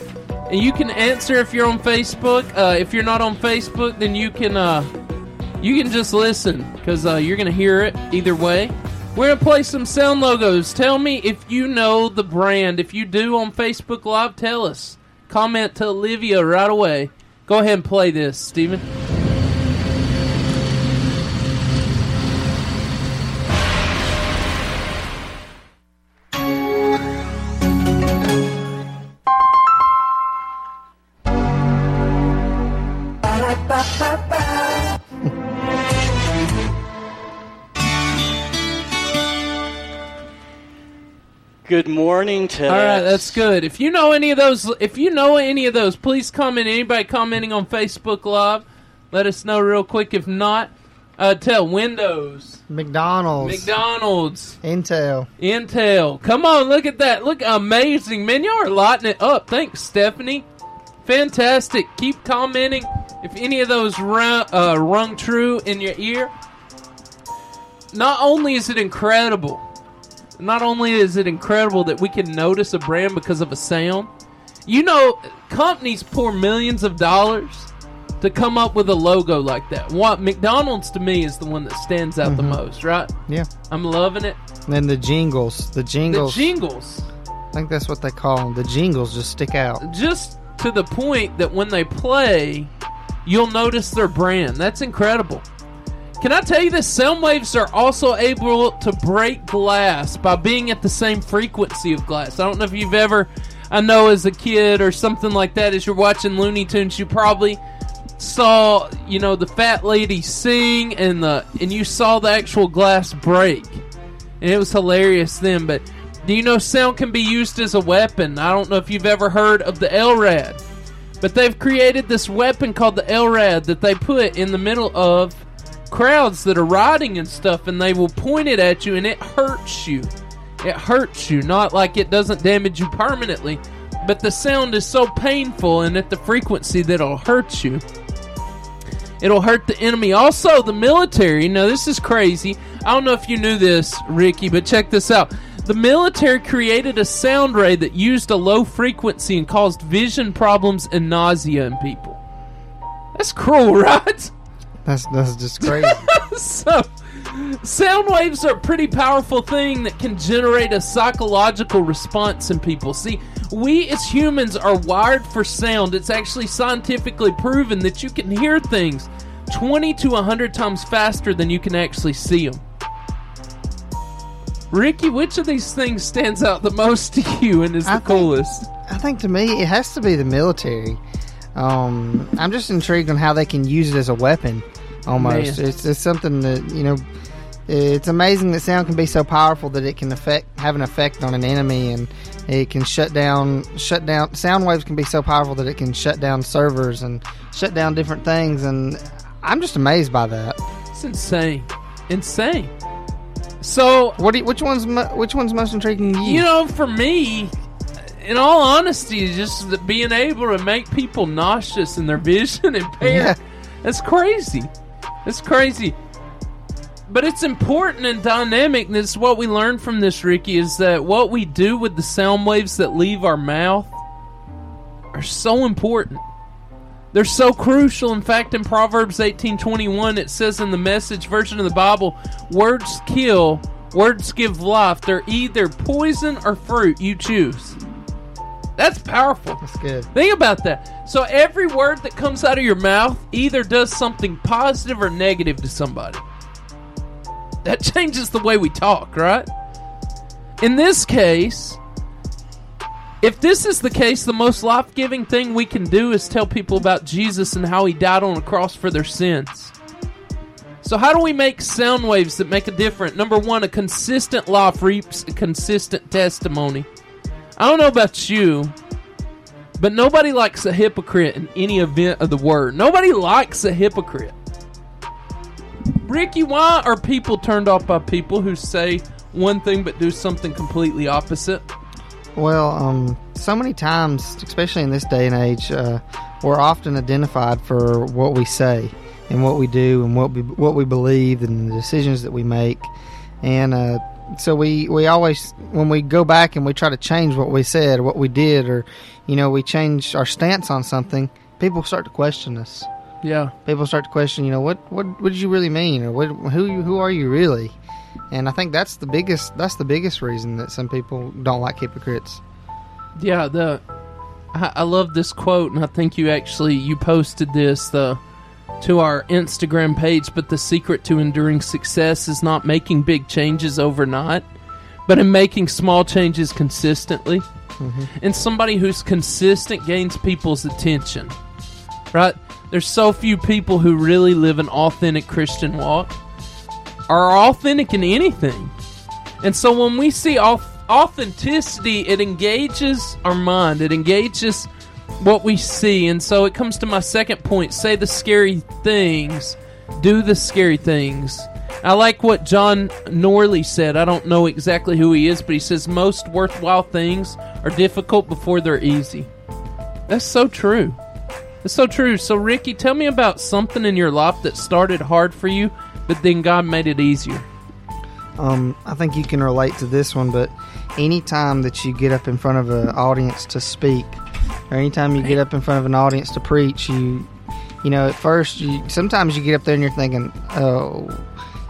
and you can answer if you're on Facebook. Uh, if you're not on Facebook, then you can uh, you can just listen because uh, you're going to hear it either way. We're going to play some sound logos. Tell me if you know the brand. If you do on Facebook Live, tell us. Comment to Olivia right away. Go ahead and play this, Steven.
Good morning to
All right, that's good. If you know any of those, if you know any of those, please comment. Anybody commenting on Facebook Live, let us know real quick. If not, uh, tell Windows,
McDonald's.
McDonald's,
Intel.
Intel. Come on, look at that. Look amazing, man. Y'all are lighting it up. Thanks, Stephanie. Fantastic. Keep commenting. If any of those run, uh, rung true in your ear, not only is it incredible, not only is it incredible that we can notice a brand because of a sound, you know, companies pour millions of dollars to come up with a logo like that. What McDonald's to me is the one that stands out the
Mhm.
most, right?
Yeah.
I'm loving it.
And then the jingles, the jingles.
The jingles.
I think that's what they call them. The jingles just stick out.
just to the point that when they play, you'll notice their brand. That's incredible. Can I tell you this? Sound waves are also able to break glass by being at the same frequency of glass. I don't know if you've ever, I know as a kid or something like that, as you're watching Looney Tunes, you probably saw, you know, the fat lady sing and the and you saw the actual glass break. And it was hilarious then, but do you know sound can be used as a weapon? I don't know if you've ever heard of the LRAD, but they've created this weapon called the LRAD that they put in the middle of crowds that are riding and stuff, and they will point it at you and it hurts you. It hurts you, not like it doesn't damage you permanently, but the sound is so painful and at the frequency that it'll hurt you. It'll hurt the enemy. Also, the military. Now, this is crazy. I don't know if you knew this, Ricky, but check this out. The military created a sound ray that used a low frequency and caused vision problems and nausea in people. That's cruel, right?
That's that's just crazy.
so, sound waves are a pretty powerful thing that can generate a psychological response in people. See, we as humans are wired for sound. It's actually scientifically proven that you can hear things 20 to 100 times faster than you can actually see them. Ricky, which of these things stands out the most to you and is the coolest?
I think to me it has to be the military. Um, I'm just intrigued on how they can use it as a weapon. Almost,
Man.
it's it's something that you know. It's amazing that sound can be so powerful that it can affect have an effect on an enemy, and it can shut down shut down. Sound waves can be so powerful that it can shut down servers and shut down different things, and I'm just amazed by that.
It's insane, insane. So,
what? Do you, which one's mo- which one's most intriguing to you?
You know, for me, in all honesty, just the- being able to make people nauseous in their vision impaired. That's crazy. That's crazy. But it's important and dynamic. And it's what we learn from this, Ricky, is that what we do with the sound waves that leave our mouth are so important. They're so crucial. In fact, in Proverbs 18:21, it says in the message version of the Bible, words kill, words give life. They're either poison or fruit. You choose. That's powerful. That's
good.
Think about that. So every word that comes out of your mouth either does something positive or negative to somebody. That changes the way we talk, right? In this case, if this is the case, the most life giving thing we can do is tell people about Jesus and how he died on a cross for their sins. So, how do we make sound waves that make a difference? Number one, a consistent life reaps a consistent testimony. I don't know about you, but nobody likes a hypocrite in any event of the word. Nobody likes a hypocrite. Ricky, why are people turned off by people who say one thing but do something completely opposite?
Well, um, so many times, especially in this day and age, uh, we're often identified for what we say and what we do and what we, what we believe and the decisions that we make. And uh, so we, we always, when we go back and we try to change what we said or what we did or, you know, we change our stance on something, people start to question us.
Yeah.
People start to question, you know, what, what, what did you really mean or what, who, you, who are you really? And I think that's the biggest that's the biggest reason that some people don't like hypocrites.
Yeah, the I, I love this quote, and I think you actually you posted this the to our Instagram page. But the secret to enduring success is not making big changes overnight, but in making small changes consistently. And somebody who's consistent gains people's attention. Right? There's so few people who really live an authentic Christian walk, are authentic in anything. And so when we see au- authenticity, it engages our mind, it engages what we see. And so it comes to my second point say the scary things, do the scary things. I like what John Norley said. I don't know exactly who he is, but he says most worthwhile things are difficult before they're easy. That's so true. That's so true. So, Ricky, tell me about something in your life that started hard for you, but then God made it easier.
Um, I think you can relate to this one, but anytime that you get up in front of an audience to speak, or anytime you get up in front of an audience to preach, you, you know, at first, you sometimes you get up there and you're thinking, oh,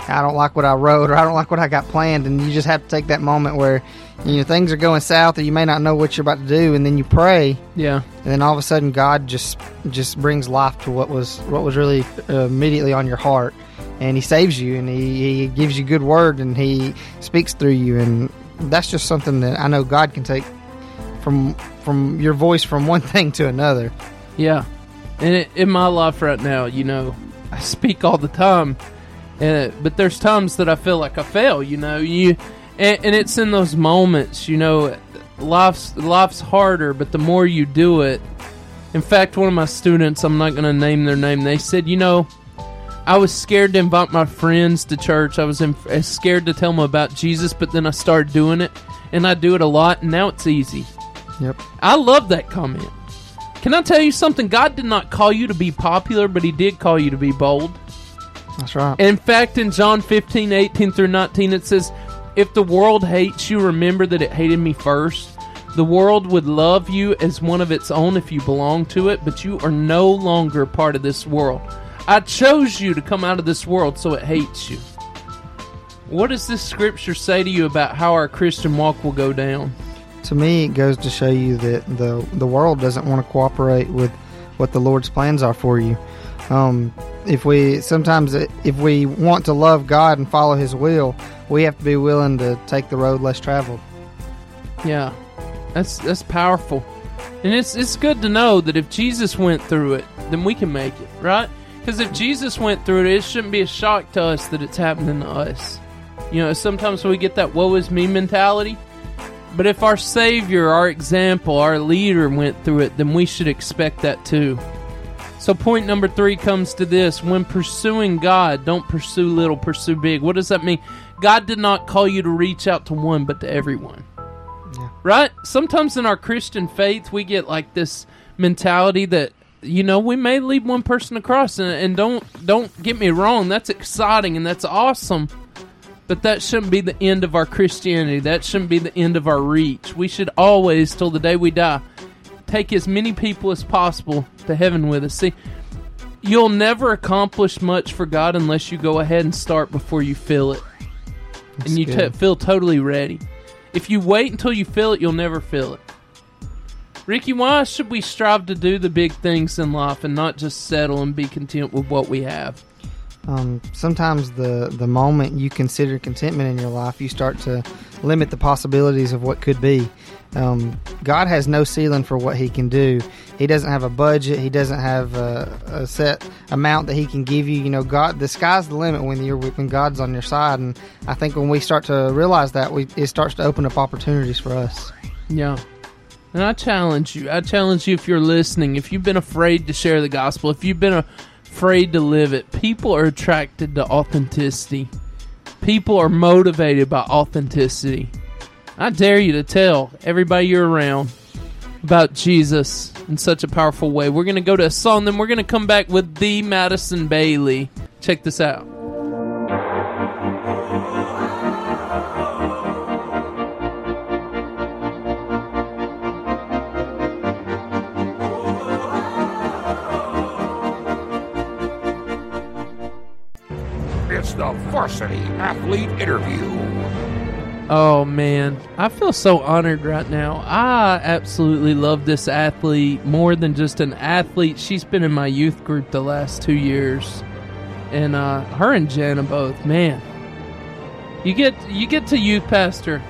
I don't like what I wrote, or I don't like what I got planned, and you just have to take that moment where, you know, things are going south, or you may not know what you're about to do, and then you pray,
Yeah.
and then all of a sudden God just just brings life to what was what was really uh, immediately on your heart, and He saves you, and he, he gives you good word, and He speaks through you, and that's just something that I know God can take from from your voice from one thing to another.
Yeah. And it, in my life right now, you know, I speak all the time, and but there's times that I feel like I fail. You know, you and, and it's in those moments. You know, life's life's harder, but the more you do it. In fact, one of my students, I'm not going to name their name. They said, you know, I was scared to invite my friends to church. I was in, uh, scared to tell them about Jesus, but then I started doing it, and I do it a lot, and now it's easy.
Yep.
I love that comment. Can I tell you something? God did not call you to be popular, but He did call you to be bold.
That's right.
In fact, in John 15, 18 through 19, it says, If the world hates you, remember that it hated me first. The world would love you as one of its own if you belong to it, but you are no longer part of this world. I chose you to come out of this world, so it hates you. What does this scripture say to you about how our Christian walk will go down?
To me, it goes to show you that the the world doesn't want to cooperate with what the Lord's plans are for you. Um, if we sometimes uh, if we want to love God and follow His will, we have to be willing to take the road less traveled.
Yeah, that's that's powerful, and it's it's good to know that if Jesus went through it, then we can make it, right? Because if Jesus went through it, it shouldn't be a shock to us that it's happening to us. You know, sometimes we get that "woe is me" mentality, but if our Savior, our example, our leader went through it, then we should expect that too. So, point number three comes to this when pursuing God, don't pursue little, pursue big. What does that mean? God did not call you to reach out to one, but to everyone right? Sometimes in our Christian faith, we get like this mentality that you know we may lead one person across, and, and don't don't get me wrong, that's exciting and that's awesome, but that shouldn't be the end of our Christianity. That shouldn't be the end of our reach. We should always, till the day we die, take as many people as possible to heaven with us. See. You'll never accomplish much for God unless you go ahead and start before you feel it. and you t-
good.
feel totally ready. If you wait until you feel it, you'll never feel it. Ricky, why should we strive to do the big things in life and not just settle and be content with what we have?
Um, sometimes the the moment you consider contentment in your life, you start to limit the possibilities of what could be. Um, God has no ceiling for what He can do. He doesn't have a budget. He doesn't have a, a set amount that He can give you. You know, God, the sky's the limit when you're with- when God's on your side. And I think when we start to realize that, we it starts to open up opportunities for us.
Yeah. And I challenge you. I challenge you if you're listening, if you've been afraid to share the gospel, if you've been afraid to live it, people are attracted to authenticity. People are motivated by authenticity. I dare you to tell everybody you're around about Jesus in such a powerful way. We're going to go to a song, then we're going to come back with the Madison Bailey. Check this out.
It's the varsity athlete interview.
Oh man, I feel so honored right now. I absolutely love this athlete more than just an athlete. She's been in my youth group the last two years, and uh, her and Jana both. Man, you get you get to youth pastor,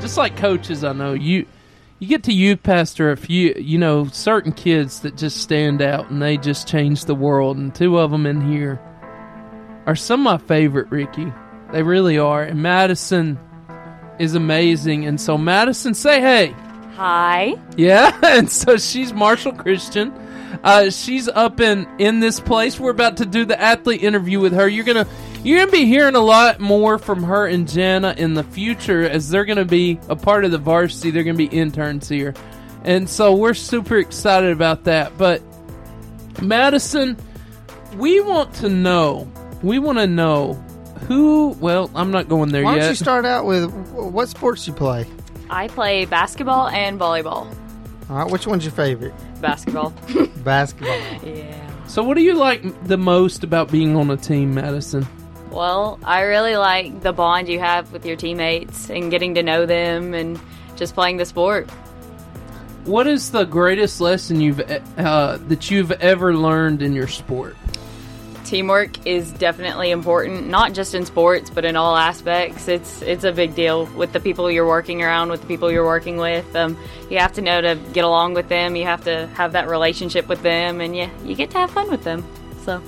just like coaches. I know you you get to youth pastor if you you know certain kids that just stand out and they just change the world. And two of them in here are some of my favorite, Ricky. They really are. And Madison is amazing. And so Madison, say hey.
Hi.
Yeah, and so she's Marshall Christian. Uh, she's up in in this place. We're about to do the athlete interview with her. You're gonna you're gonna be hearing a lot more from her and Jana in the future as they're gonna be a part of the varsity. They're gonna be interns here, and so we're super excited about that. But Madison, we want to know. We want to know who? Well, I'm not going there
Why
yet.
don't you start out with what sports you play?
I play basketball and volleyball.
All right, which one's your favorite?
Basketball.
Basketball.
yeah.
so, what do you like m- the most about being on a team, Madison?
Well, I really like the bond you have with your teammates and getting to know them and just playing the sport.
What is the greatest lesson you've e- uh, that you've ever learned in your sport?
Teamwork is definitely important, not just in sports, but in all aspects. It's it's a big deal with the people you're working around, with the people you're working with. Um, you have to know to get along with them. You have to have that relationship with them, and yeah, you get to have fun with them. So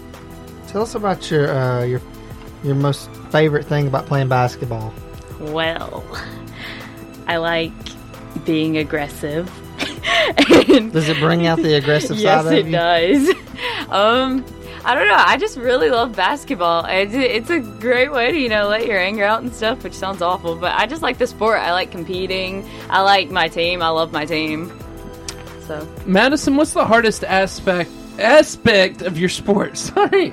Tell us about your uh, your your most favorite thing about playing basketball.
Well, I like being aggressive.
Does it bring out the aggressive
yes,
side
it
of you?
does. um, I don't know. I just really love basketball. It's, it's a great way to you know let your anger out and stuff, which sounds awful, but I just like the sport. I like competing. I like my team. I love my team. So
Madison, what's the hardest aspect aspect of your sport? Sorry.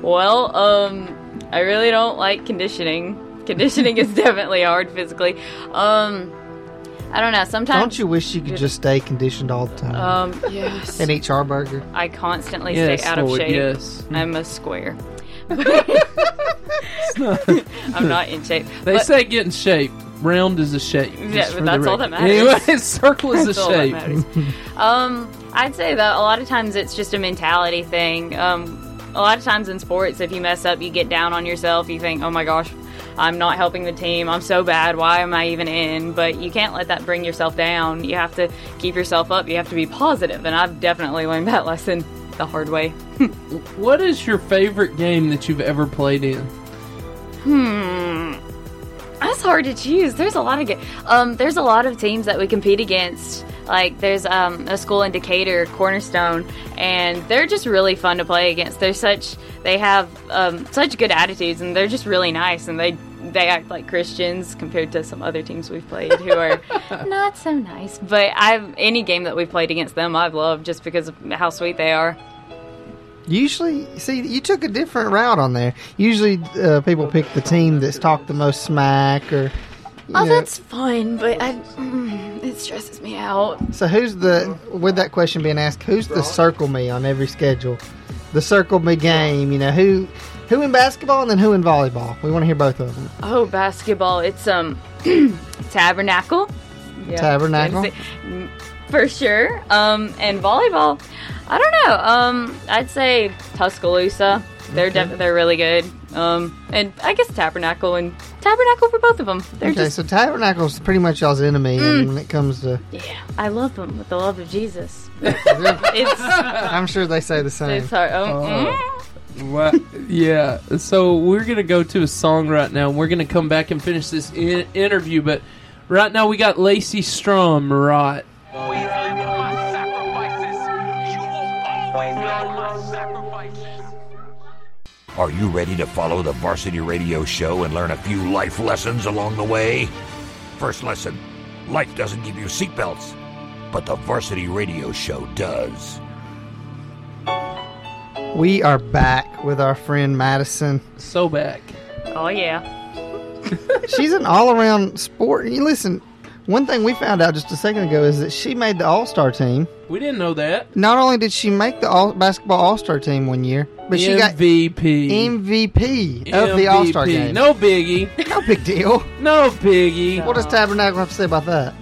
Well, um, I really don't like conditioning. Conditioning is definitely hard physically. Um, I don't know. Sometimes
Don't you wish you could just stay conditioned all the time
Um, yes.
and eat charburger?
I constantly
Yes,
stay out of
Lord,
shape.
yes.
I'm a square. I'm not in shape.
They
but-
say get in shape. Round is a shape.
Yeah,
just
but
for the
that's all that
record.
matters.
Anyway, circle is
That's
a
all that
shape.
matters. Um, I'd say that a lot of times it's just a mentality thing. Um, a lot of times in sports, if you mess up, you get down on yourself. You think, oh my gosh, I'm not helping the team. I'm so bad. Why am I even in? But you can't let that bring yourself down. You have to keep yourself up. You have to be positive. And I've definitely learned that lesson the hard way.
what is your favorite game that you've ever played in?
Hmm. That's hard to choose. There's a lot of ga- um, there's a lot of teams that we compete against. Like there's um, a school in Decatur, Cornerstone, and they're just really fun to play against. They're such they have um, such good attitudes, and they're just really nice, and they they act like Christians compared to some other teams we've played who are not so nice. But I've any game that we've played against them, I've loved just because of how sweet they are.
Usually, see, you took a different route on there. Usually, uh, people pick the team that's talked the most smack or. you
Oh,
know.
that's fun, but I mm, it stresses me out.
So who's the with that question being asked? Who's the circle me on every schedule? The circle me game. You know who who in basketball and then who in volleyball. We want to hear both of them.
Oh, basketball. It's um tabernacle.
Tabernacle?
Mm, For sure. Um and volleyball. I don't know. Um I'd say Tuscaloosa. They're def- they're really good. Um and I guess Tabernacle and Tabernacle for both of them. They're
okay,
just
so Tabernacle's pretty much y'all's enemy
Mm.
when it comes to.
I love them with the love of Jesus. it's
I'm sure they say the same. Oh.
it's hard. Um, mm.
What? yeah. So we're gonna go to a song right now. We're gonna come back and finish this in- interview, but right now we got Lacey Strum. Right.
Are you ready to follow the Varsity Radio Show and learn a few life lessons along the way?
First lesson life doesn't give you seatbelts.
But the Varsity Radio Show does.
We are back with our friend Madison.
So back.
Oh yeah.
She's an all around sport. You listen. One thing we found out just a second ago is that she made the All Star team.
We didn't know that.
Not only did she make the all, basketball All Star team one year, but she got
MVP.
MVP of the All Star
MVP.
game.
No biggie.
No big deal.
No biggie.
What does Tabernacle have to say about that?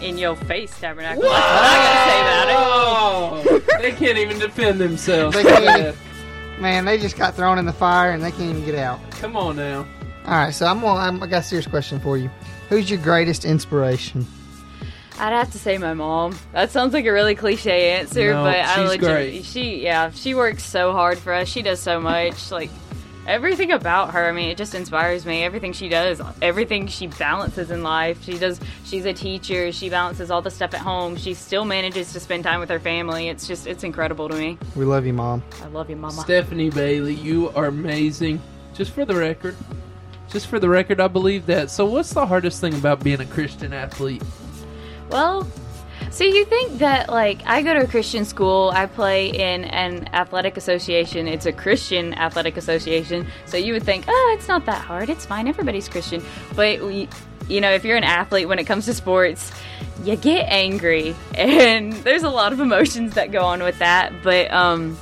In your face, Tabernacle. That's what I gotta say about it.
Oh, they can't even defend themselves.
They can't. Man, they just got thrown in the fire and they can't even get out.
Come on now.
All right, so I'm, gonna- I'm I got a serious question for you. Who's your greatest inspiration?
I'd have to say my mom. That sounds like a really cliche answer,
No,
but I
she's
legit,
great.
she yeah, she works so hard for us. She does so much. Like everything about her, I mean, it just inspires me. Everything she does, everything she balances in life. She does she's a teacher, she balances all the stuff at home. She still manages to spend time with her family. It's just it's incredible to me.
We love you, mom.
I love you, mama.
Stephanie Bailey, you are amazing. Just for the record, just for the record, I believe that. So, what's the hardest thing about being a Christian athlete?
Well, So you think that like I go to a Christian school, I play in an athletic association. It's a Christian athletic association. So you would think, "Oh, it's not that hard. It's fine. Everybody's Christian." But we, you know, if you're an athlete when it comes to sports, you get angry and there's a lot of emotions that go on with that, but um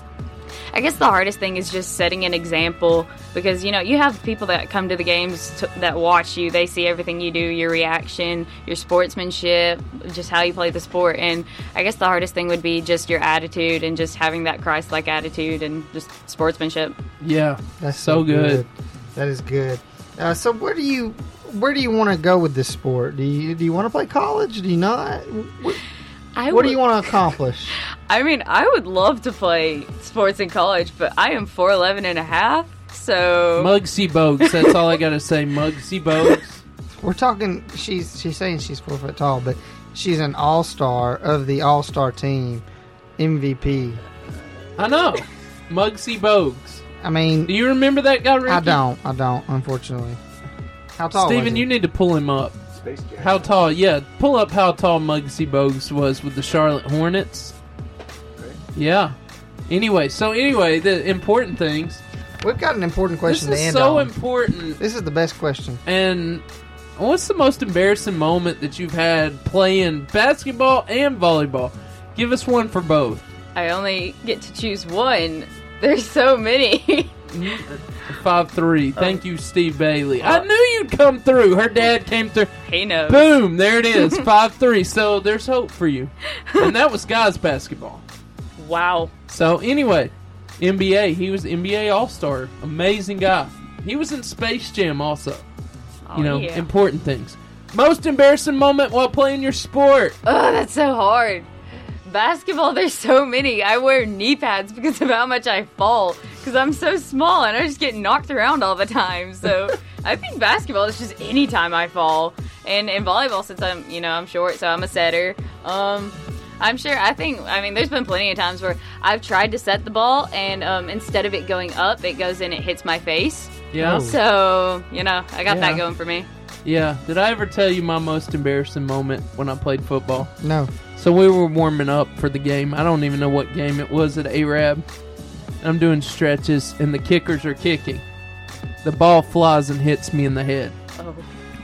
I guess the hardest thing is just setting an example because you know you have people that come to the games to, that watch you. They see everything you do, your reaction, your sportsmanship, just how you play the sport. And I guess the hardest thing would be just your attitude and just having that Christ-like attitude and just sportsmanship.
Yeah, that's so good.
That is good. Uh, so where do you where do you want to go with this sport? Do you do you want to play college? Do you not? What,
I
what do
would-
you want to accomplish?
I mean, I would love to play sports in college, but I am 4'11 and a half, so
Mugsy Bogues. That's all I gotta say. Mugsy Bogues.
We're talking. She's she's saying she's four foot tall, but she's an all star of the all star team, MVP.
I know. Mugsy Bogues.
I mean,
do you remember that guy? Ricky?
I don't. I don't. Unfortunately. How tall? was
Steven,
he?
you need to pull him up. How tall? Yeah, pull up how tall Muggsy Bogues was with the Charlotte Hornets. Yeah. Anyway, so anyway, the important things.
We've got an important question
This
to
is
end
so
on.
important.
This is the best question.
And what's the most embarrassing moment that you've had playing basketball and volleyball? Give us one for both.
I only get to choose one. There's so many.
Five three.
Oh.
Thank you, Steve Bailey.
Uh,
I knew you'd come through. Her dad came through.
He knows.
Boom! There it is. Five three. So there's hope for you. And that was guys basketball.
Wow.
So anyway, NBA. He was NBA All Star. Amazing guy. He was in Space Jam also.
Oh,
you know,
yeah.
important things. Most embarrassing moment while playing your sport.
Oh, that's so hard. Basketball, there's so many. I wear knee pads because of how much I fall. Because I'm so small and I just get knocked around all the time. So I think basketball is just any time I fall. And in volleyball, since I'm, you know, I'm short, so I'm a setter. Um, I'm sure. I think. I mean, there's been plenty of times where I've tried to set the ball, and um, instead of it going up, it goes in. It hits my face.
Yeah.
So you know, I got
Yeah.
that going for me.
Yeah. Did I ever tell you my most embarrassing moment when I played football?
No.
So we were warming up for the game. I don't even know what game it was at Arab. I'm doing stretches, and the kickers are kicking. The ball flies and hits me in the head.
Oh.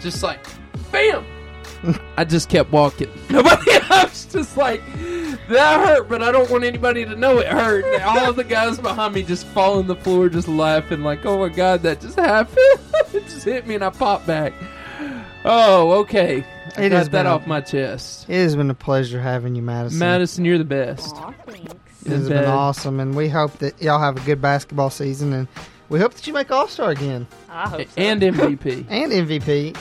Just like, bam! I just kept walking. Nobody else just like that hurt, but I don't want anybody to know it hurt. And all of the guys behind me just fall on the floor, just laughing like, "Oh my god, that just happened! it just hit me, and I popped back." Oh, okay. I
It has
got that
been a-
off my chest.
It has been a pleasure having you, Madison.
Madison, you're the best.
This has been
Bad.
awesome, and we hope that y'all have a good basketball season, and we hope that you make All Star again
I hope so.
And MVP.
and MVP,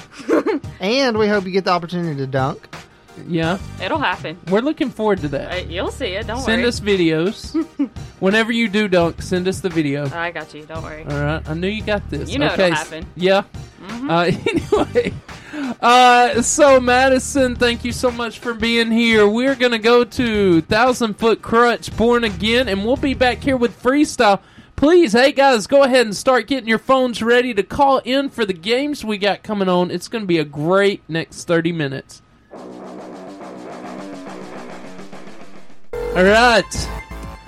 and we hope you get the opportunity to dunk.
Yeah,
It'll happen.
we're looking forward to that.
Uh, You'll see it. Don't
send
worry.
us videos. Whenever you do dunk, send us the video.
I got you. Don't worry.
All right, I knew you got this.
You know
okay.
it'll
s-
happen. Mm-hmm.
Yeah. Uh, anyway, uh, so Madison, thank you so much for being here. We're gonna go to Thousand Foot Crutch, Born Again, and we'll be back here with freestyle. Please, hey guys, go ahead and start getting your phones ready to call in for the games we got coming on. It's gonna be a great next thirty minutes. All right.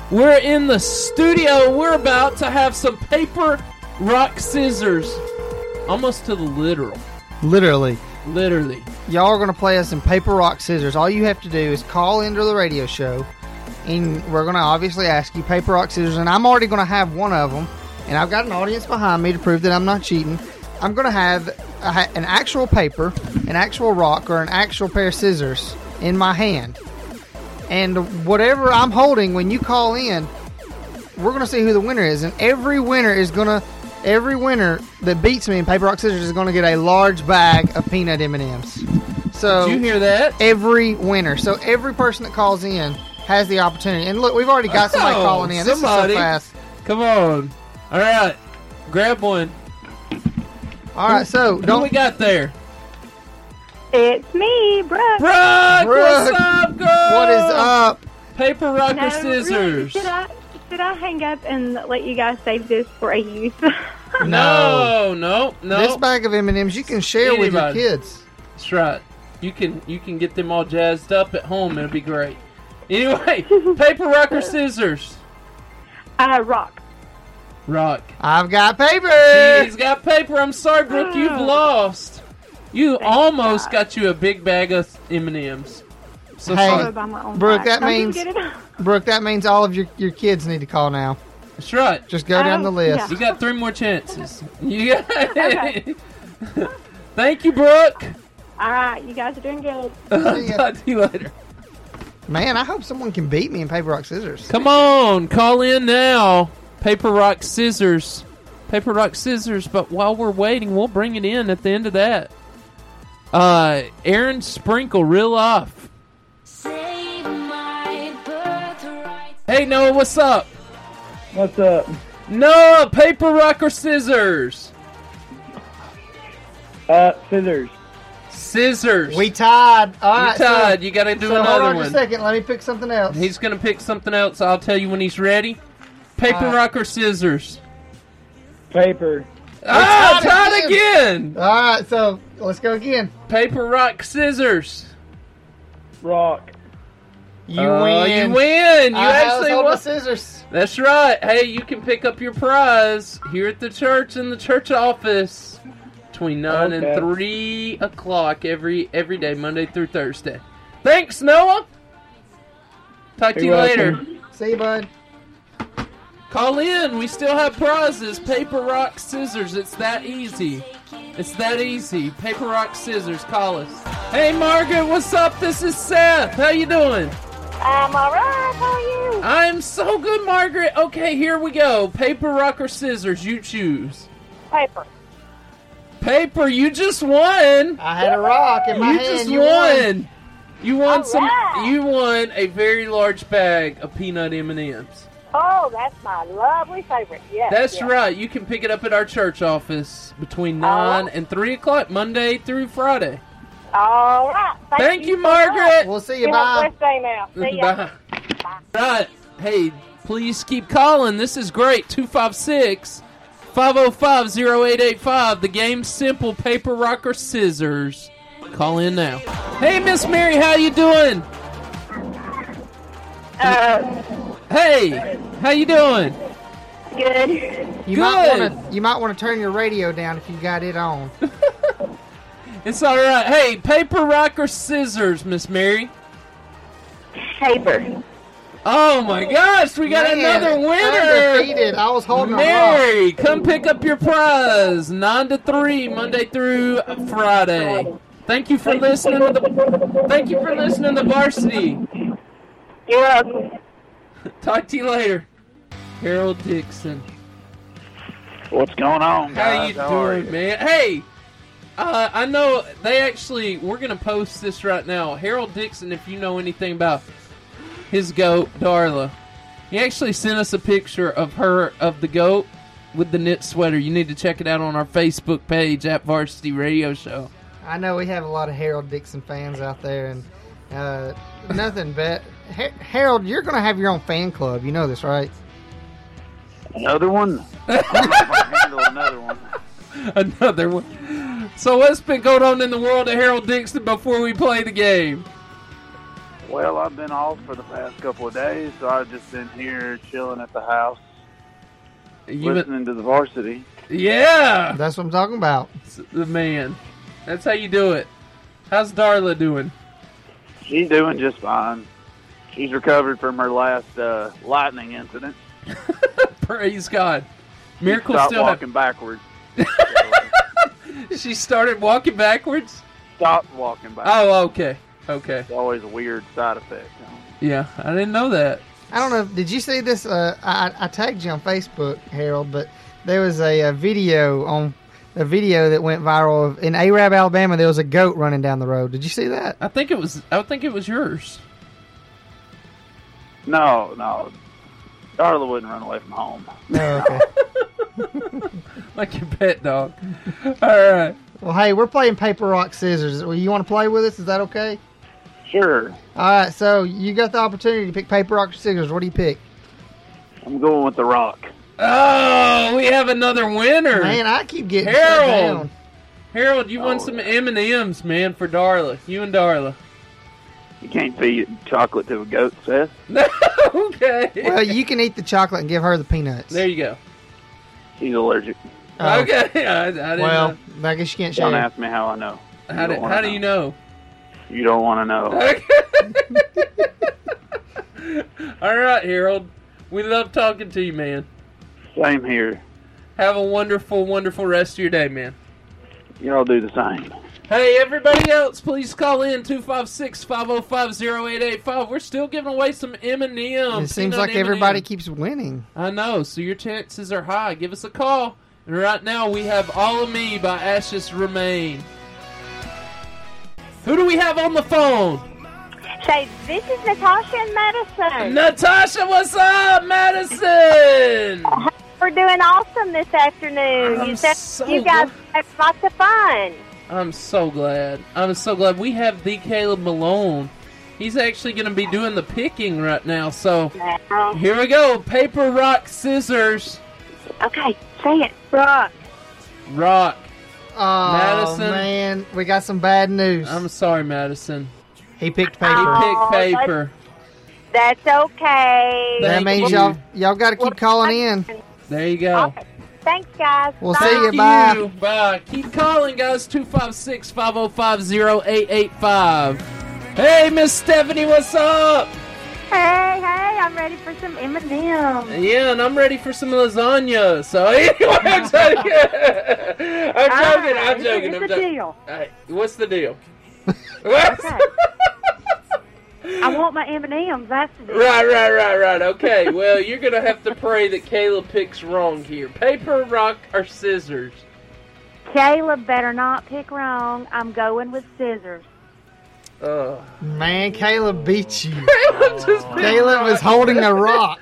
We're in the studio. We're about to have some paper, rock, scissors. Almost to the literal.
Literally,
Literally.
y'all are gonna play us in paper, rock, scissors. All you have to do is call into the radio show, and we're gonna obviously ask you paper, rock, scissors. And I'm already gonna have one of them, and I've got an audience behind me to prove that I'm not cheating. I'm gonna have a, ha- an actual paper, an actual rock, or an actual pair of scissors in my hand. And whatever I'm holding when you call in, we're gonna see who the winner is, and every winner is gonna, every winner that beats me in paper rock scissors is gonna get a large bag of peanut M and M's. So
Did you hear that?
Every winner. So every person that calls in has the opportunity. And look, we've already got somebody
Oh,
calling in. This
somebody.
is so fast.
Come on. All right. Grab one.
All right. So
Who
don't
we got there?
It's me, Brooke.
Brooke,
Brooke,
what's up, girl?
what is up?
Paper, rock,
No,
or
really,
scissors?
should I should I hang up and let you guys save this for a use?
No, no, no.
This bag of M and M's you can share with your
Anybody.
kids.
That's right. You can you can get them all jazzed up at home. It'll be great. Anyway, paper rock or scissors?
Uh, rock.
Rock.
I've got paper.
He's got paper. I'm sorry, Brooke. You've lost. You almost got you a big bag of M and M's. So
hey,
sorry.
Brooke, that means Brooke, that means all of your, your kids need to call now.
That's right.
Just go
Oh,
down the list.
You got three more chances. You got- Thank you, Brooke.
All right, you guys are doing good.
Talk to you later.
Man, I hope someone can beat me in paper rock scissors.
Come on, call in now. Paper, rock, scissors. Paper, rock, scissors. But while we're waiting, we'll bring it in at the end of that. Uh, Aaron Sprinkle, real off. Hey, Noah, what's up? What's up? Noah, paper, rock, or scissors?
Uh, scissors.
Scissors.
We tied. All right,
you tied.
so-
you got to do
so
another
hold on
one.
a second. Let me pick something else.
He's gonna pick something else. I'll tell you when he's ready. Paper,
Alright.
rock, or scissors?
Uh, Paper.
Ah, tied again.
All right, so let's go again.
Paper, rock, scissors.
Rock.
You
Oh,
win.
You win. You
I was
actually
holding
won.
Scissors.
That's right. Hey, you can pick up your prize here at the church in the church office between nine
Okay.
and three o'clock every every day, Monday through Thursday. Thanks, Noah. Talk to you
You're
later.
See you, bud.
Call in. We still have prizes. Paper, rock, scissors. It's that easy. It's that easy. Paper, rock, scissors. Call us. Hey, Margaret. What's up? This is Seth. How you doing?
I'm all right. How are you?
I'm so good, Margaret. Okay, here we go. Paper, rock, or scissors. You choose.
Paper.
Paper. You just won.
I had a rock in my
you
hand.
Just
You
won.
won.
You won
Oh,
some. You won a very large bag of peanut M and M's.
Oh, that's my lovely favorite. Yes.
That's
yes.
right. You can pick it up at our church office between
Oh.
9 and 3 o'clock, Monday through Friday.
All right. Thank,
Thank you,
so
Margaret.
much.
We'll see you,
You have a
bye.
blessed day now. See ya.
Bye. Right. Hey, please keep calling. This is great. 256 505 0885. The game's simple paper, rock, or scissors. Call in now. Hey, Miss Mary, how you doing? hey, how you doing?
Good.
You might want to. You might want to turn your radio down if you got it on.
It's all right. Hey, paper, rock, or scissors, Miss Mary?
Paper.
Oh my gosh, we got
Man,
another winner!
undefeated. I was holding a
Mary, come pick up your prize. Nine to three, Monday through Friday. Thank you for listening to the. Thank you for listening to Varsity.
You're welcome.
Talk to you later, Harold Dixon.
What's going on,
How
guys?
you
are
doing, man? Hey, uh, I know they actually. We're gonna post this right now. Harold Dixon, if you know anything about his goat Darla, he actually sent us a picture of her of the goat with the knit sweater. You need to check it out on our Facebook page at Varsity Radio Show.
I know we have a lot of Harold Dixon fans out there, and uh, nothing but Har- Harold, you're going to have your own fan club. You know this, right?
Another one? I'm not gonna handle another one.
Another one. So what's been going on in the world of Harold Dixon before we play the game?
Well, I've been off for the past couple of days, so I've just been here chilling at the house,
You been-
listening to the varsity.
yeah,
that's what I'm talking about.
The man. That's how you do it. How's Darla doing?
She's doing just fine. She's recovered from her last uh, lightning incident.
Praise God.
She
Miracle
stopped
still
walking backwards.
hap- She started walking backwards?
Stopped walking backwards.
Oh, okay. Okay.
It's always a weird side effect.
Yeah, I didn't know that.
I don't know. Did you see this? Uh, I, I tagged you on Facebook, Harold, but there was a, uh video on a video that went viral of, in Arab, Alabama. There was a goat running down the road. Did you see that?
I think it was. I think it was yours.
No, no. Darla wouldn't run away from home.
Oh,
like your pet dog. All right.
Well, hey, we're playing paper, rock, scissors. Well, You want to play with us? Is that okay?
Sure.
All right. So you got the opportunity to pick paper, rock, or scissors. What do you pick?
I'm going with The Rock.
Oh, we have another winner.
Man, I keep getting shut
Harold.
down.
Harold, you
Oh,
won some M and M's, man, for Darla. You and Darla.
You can't feed chocolate to a goat, Seth.
okay.
Well, you can eat the chocolate and give her the peanuts.
There you go.
He's allergic.
Oh.
Okay. I, I didn't
well,
know.
I guess you can't share.
Don't ask me how I know. You
How,
don't
do,
wanna
how do you know?
You don't want to know.
All right, Harold. We love talking to you, man.
Same here.
Have a wonderful, wonderful rest of your day, man.
Y'all do the same.
Hey, everybody else, please call in 256-505-0885. We're still giving away some M&Ms.
It seems
Peanut
like everybody
M&Ms.
keeps winning.
I know, so your chances are high. Give us a call. And right now we have All of Me by Ashes Remain. Who do we have on the phone?
So this is Natasha and Madison.
Natasha, what's up, Madison?
We're doing awesome this afternoon.
I'm
you, said
so
you guys had lots of fun.
I'm so glad. I'm so glad. We have the Caleb Malone. He's actually going to be doing the picking right now, so here we go. Paper, rock, scissors.
Okay, say it. Rock.
Rock.
Oh
Madison.
man, we got some bad news. I'm
sorry, Madison.
He picked paper.
Aw, Oh, that's- That's okay.
That means y'all y'all got to keep calling in.
There you go.
Thanks, guys.
We'll
Bye.
see you.
Thank
Bye.
you. Bye. Keep calling, guys. 256 505 0885. Hey, Miss Stephanie, what's up?
Hey, hey, I'm ready for some M&M's.
Yeah, and I'm ready for some lasagna. So, anyway, I'm joking. I'm joking. I'm
it's-
joking.
it's
I'm
a
joking.
deal.
Hey, what's the deal?
I want my M&M's. That's it.
Right, right, right, right. Okay, well, you're going to have to pray that Caleb picks wrong here. Paper, rock, or scissors?
Caleb better not pick wrong. I'm going with scissors.
Uh,
Man, Caleb beat you.
Caleb just Oh. picked
Caleb is holding a rock.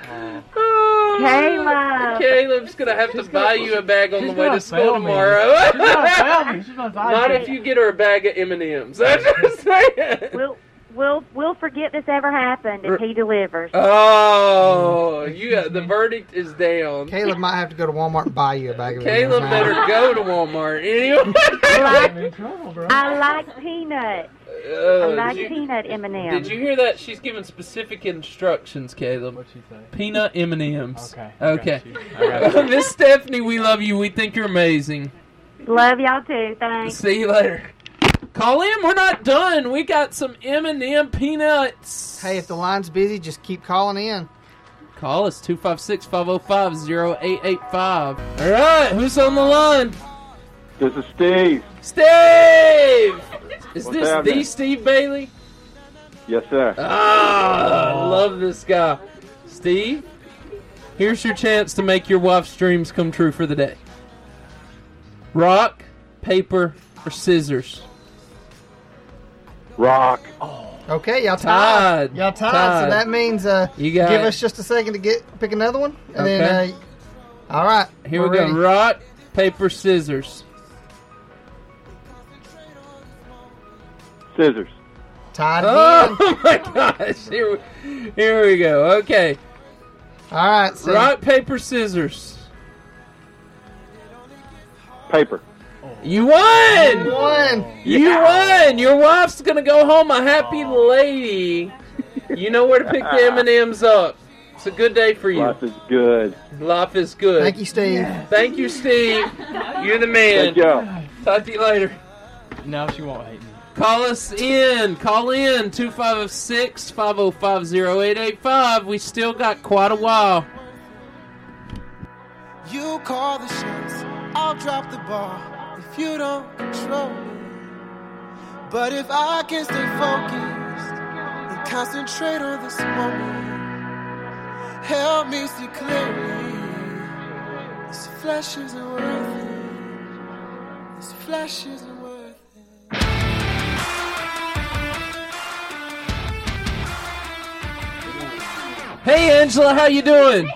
Caleb.
Caleb's going to have to buy you a bag on the way to
gonna
school
fail me.
tomorrow.
She's gonna fail me. She's gonna die.
Not if you get her a bag of M&M's. That's just saying.
We'll, we'll, we'll forget this ever happened if he delivers.
Oh, you got, the verdict is down.
Caleb might have to go to Walmart and buy you a bag of
Caleb
M&Ms.
better go to Walmart. Anyway.
I like peanut. I
Uh,
like
did, you,
peanut M&M's.
did you hear that? She's giving specific instructions, Caleb. What'd she say? Peanut M&Ms. Okay. Okay.
Okay.
Miss Stephanie, we love you. We think you're amazing.
Love y'all too. Thanks.
See you later. Call in. We're not done. We got some M&M peanuts.
Hey, if the line's busy, just keep calling in.
Call us 256 505 0885. All right, who's on the line?
This is Steve.
Steve! Is
What's
this the
happening?
Steve Bailey?
Yes, sir.
Ah, I love this guy. Steve, here's your chance to make your wife's dreams come true for the day rock, paper, or scissors?
Rock.
Okay, y'all tied.
Tied.
Y'all tied, So
Tied.
that means uh,
You got
give
it.
us just a second to get pick another one, and then
Okay.
uh, all right,
Here
we're
we go
ready.
rock, paper, scissors.
Scissors.
Tied again.
Oh my gosh. Here we, here we go. Okay.
All right. so-
Rock, paper, scissors.
Paper.
You won!
You won!
You won! Your wife's gonna go home a happy lady. You know where to pick the M and M's up. It's a good day for you.
Life is good.
Life is good.
Thank you, Steve.
Thank you, Steve. You're the man.
Thank y'all.
Talk to you later.
No, she won't hate me.
Call us in. Call in oh 256 505 0885. We still got quite a while.
You call the shots, I'll drop the ball if you don't control me. But if I can stay focused and concentrate on this moment, help me see clearly. This flesh isn't worth it. This flesh isn't worth it.
Hey, Angela, how you doing?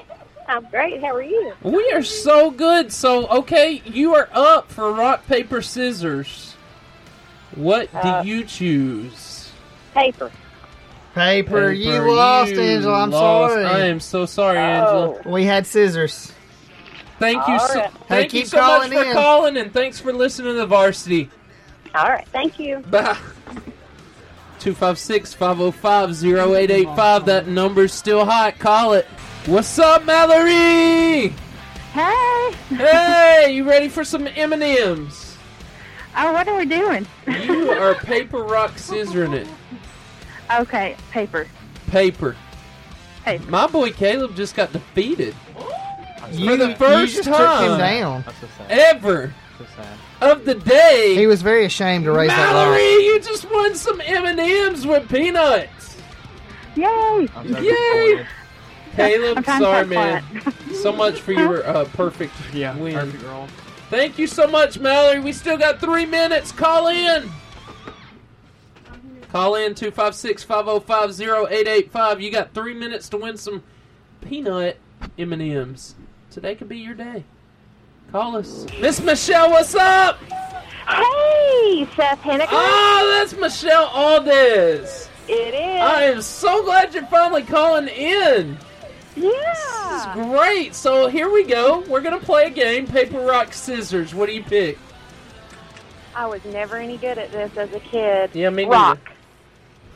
I'm great. How are you?
We are so good. So, okay, you are up for rock, paper, scissors. What do
Uh,
you choose?
Paper.
Paper,
Paper,
you lost,
you
Angela. I'm
lost.
sorry.
I am so sorry, Angela.
We had scissors.
Thank you,
All
so,
right. Hey,
thank you
keep
so much
calling
for
in.
calling, and thanks for listening to Varsity.
All right. Thank you.
Bye. 256-505-0885. That number's still hot. Call it. What's up, Mallory?
Hey.
Hey, you ready for some M&Ms?
Oh, what are we doing?
You are paper, rock, scissoring it.
Okay, paper.
Paper.
Hey.
My boy Caleb just got defeated.
You-
for the
you
first
just took
time
him down.
ever of the day.
He was very ashamed to raise
Mallory,
that
you just won some M and M's with peanuts.
Yay!
Yay! Caleb,
I'm trying to
sorry
stay
man, so much for your uh, perfect yeah, win. Thank you so much, Mallory. We still got three minutes. Call in. Call in 256-505-0885. You got three minutes to win some peanut M and M's. Today could be your day. Call us, Miss Michelle. What's up?
Hey, Chef Hennigan.
Oh, that's Michelle Aldez.
It is.
I am so glad you're finally calling in.
Yeah.
This is great. So here we go. We're gonna play a game: paper, rock, scissors. What do you pick?
I was never any good at this as a kid.
Yeah, me
Rock.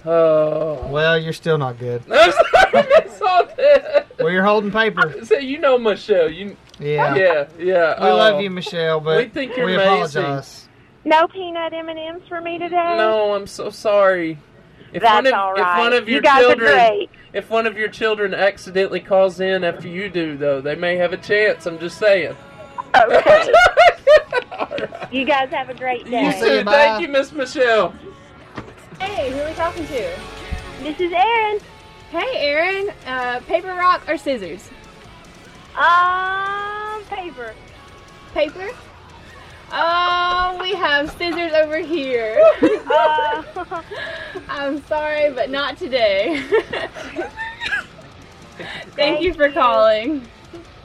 neither. Oh.
Well, you're still not good.
I'm sorry, Miss Aldez.
Well, you're holding paper.
So you know Michelle. You
Yeah.
yeah, yeah.
We
Oh.
love you, Michelle, but
We think you're
we
amazing.
apologize.
No peanut M and M's for me today.
No, I'm so sorry. If
That's
one of,
all
If
right.
one of
You
your
guys are
children,
great.
if one of your children accidentally calls in after you do, though, they may have a chance. I'm just saying.
Oh, Okay. You guys have a great day.
You too. Thank you, Miss Michelle.
Hey, who are we talking to?
This is Erin.
Hey, Erin. Uh, paper, rock, or scissors?
Um, paper.
Paper? Oh, we have scissors over here.
Uh.
I'm sorry, but not today. Thank you for calling.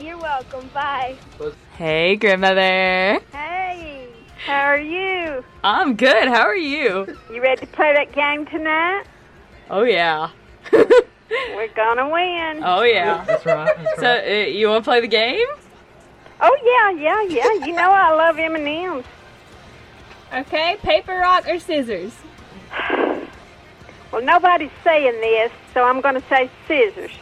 You're welcome. Bye.
Hey,
Eh?
grandmother.
Hey, how are you?
I'm good. How are you?
You ready to play that game tonight?
Oh yeah.
We're gonna win.
Oh yeah. That's right. so uh, you want to play the game?
Oh yeah, yeah, yeah. You know I love M and M's.
Okay, paper, rock, or scissors?
Well, nobody's saying this, so I'm gonna say scissors.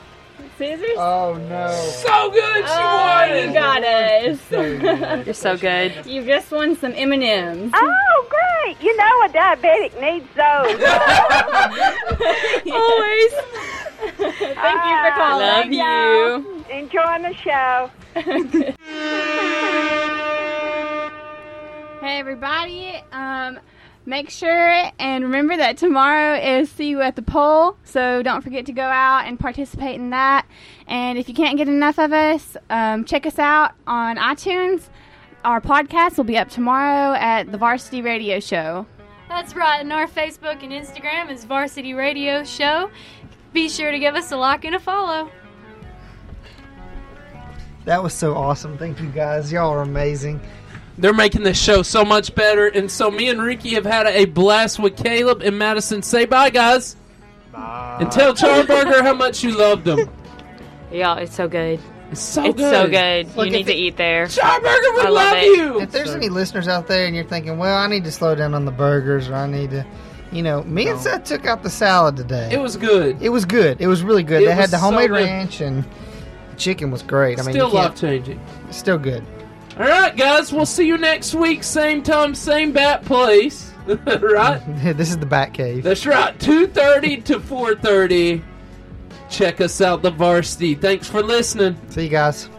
Scissors?
Oh no.
So good,
she won. You got us.
You're so good.
You just won some M and M's.
Oh great! You know a diabetic needs those.
Always.
Thank
you
Ah,
for calling. Love you.
Enjoying the show.
Hey everybody! Um, make sure and remember that tomorrow is see you at the poll. So don't forget to go out and participate in that. And if you can't get enough of us, um, check us out on iTunes. Our podcast will be up tomorrow at the Varsity Radio Show.
That's right, and our Facebook and Instagram is Varsity Radio Show. Be sure to give us a like and a follow.
That was so awesome. Thank you guys. Y'all are amazing.
They're making this show so much better, and so me and Ricky have had a blast with Caleb and Madison. Say bye, guys. Bye. And tell Charburger how much you loved him.
Yeah, it's so good.
It's so
it's
good.
so good.
Look,
you
if
need to
it-
eat there.
Charburger
I love it.
If there's any listeners out there and you're thinking, well, I need to slow down on the burgers or I need to, you know, me and Seth took out the salad today.
It was good.
It was good. It was really good.
It
they
was
had the
so
homemade
good.
ranch and the chicken was great. I mean,
Still
you can't-
life changing.
Still good.
All right, guys. We'll see you next week. Same time, same bat place. right?
this is the Bat Cave.
That's right. Two thirty to four thirty. Check us out, the Varsity. Thanks for listening.
See you guys.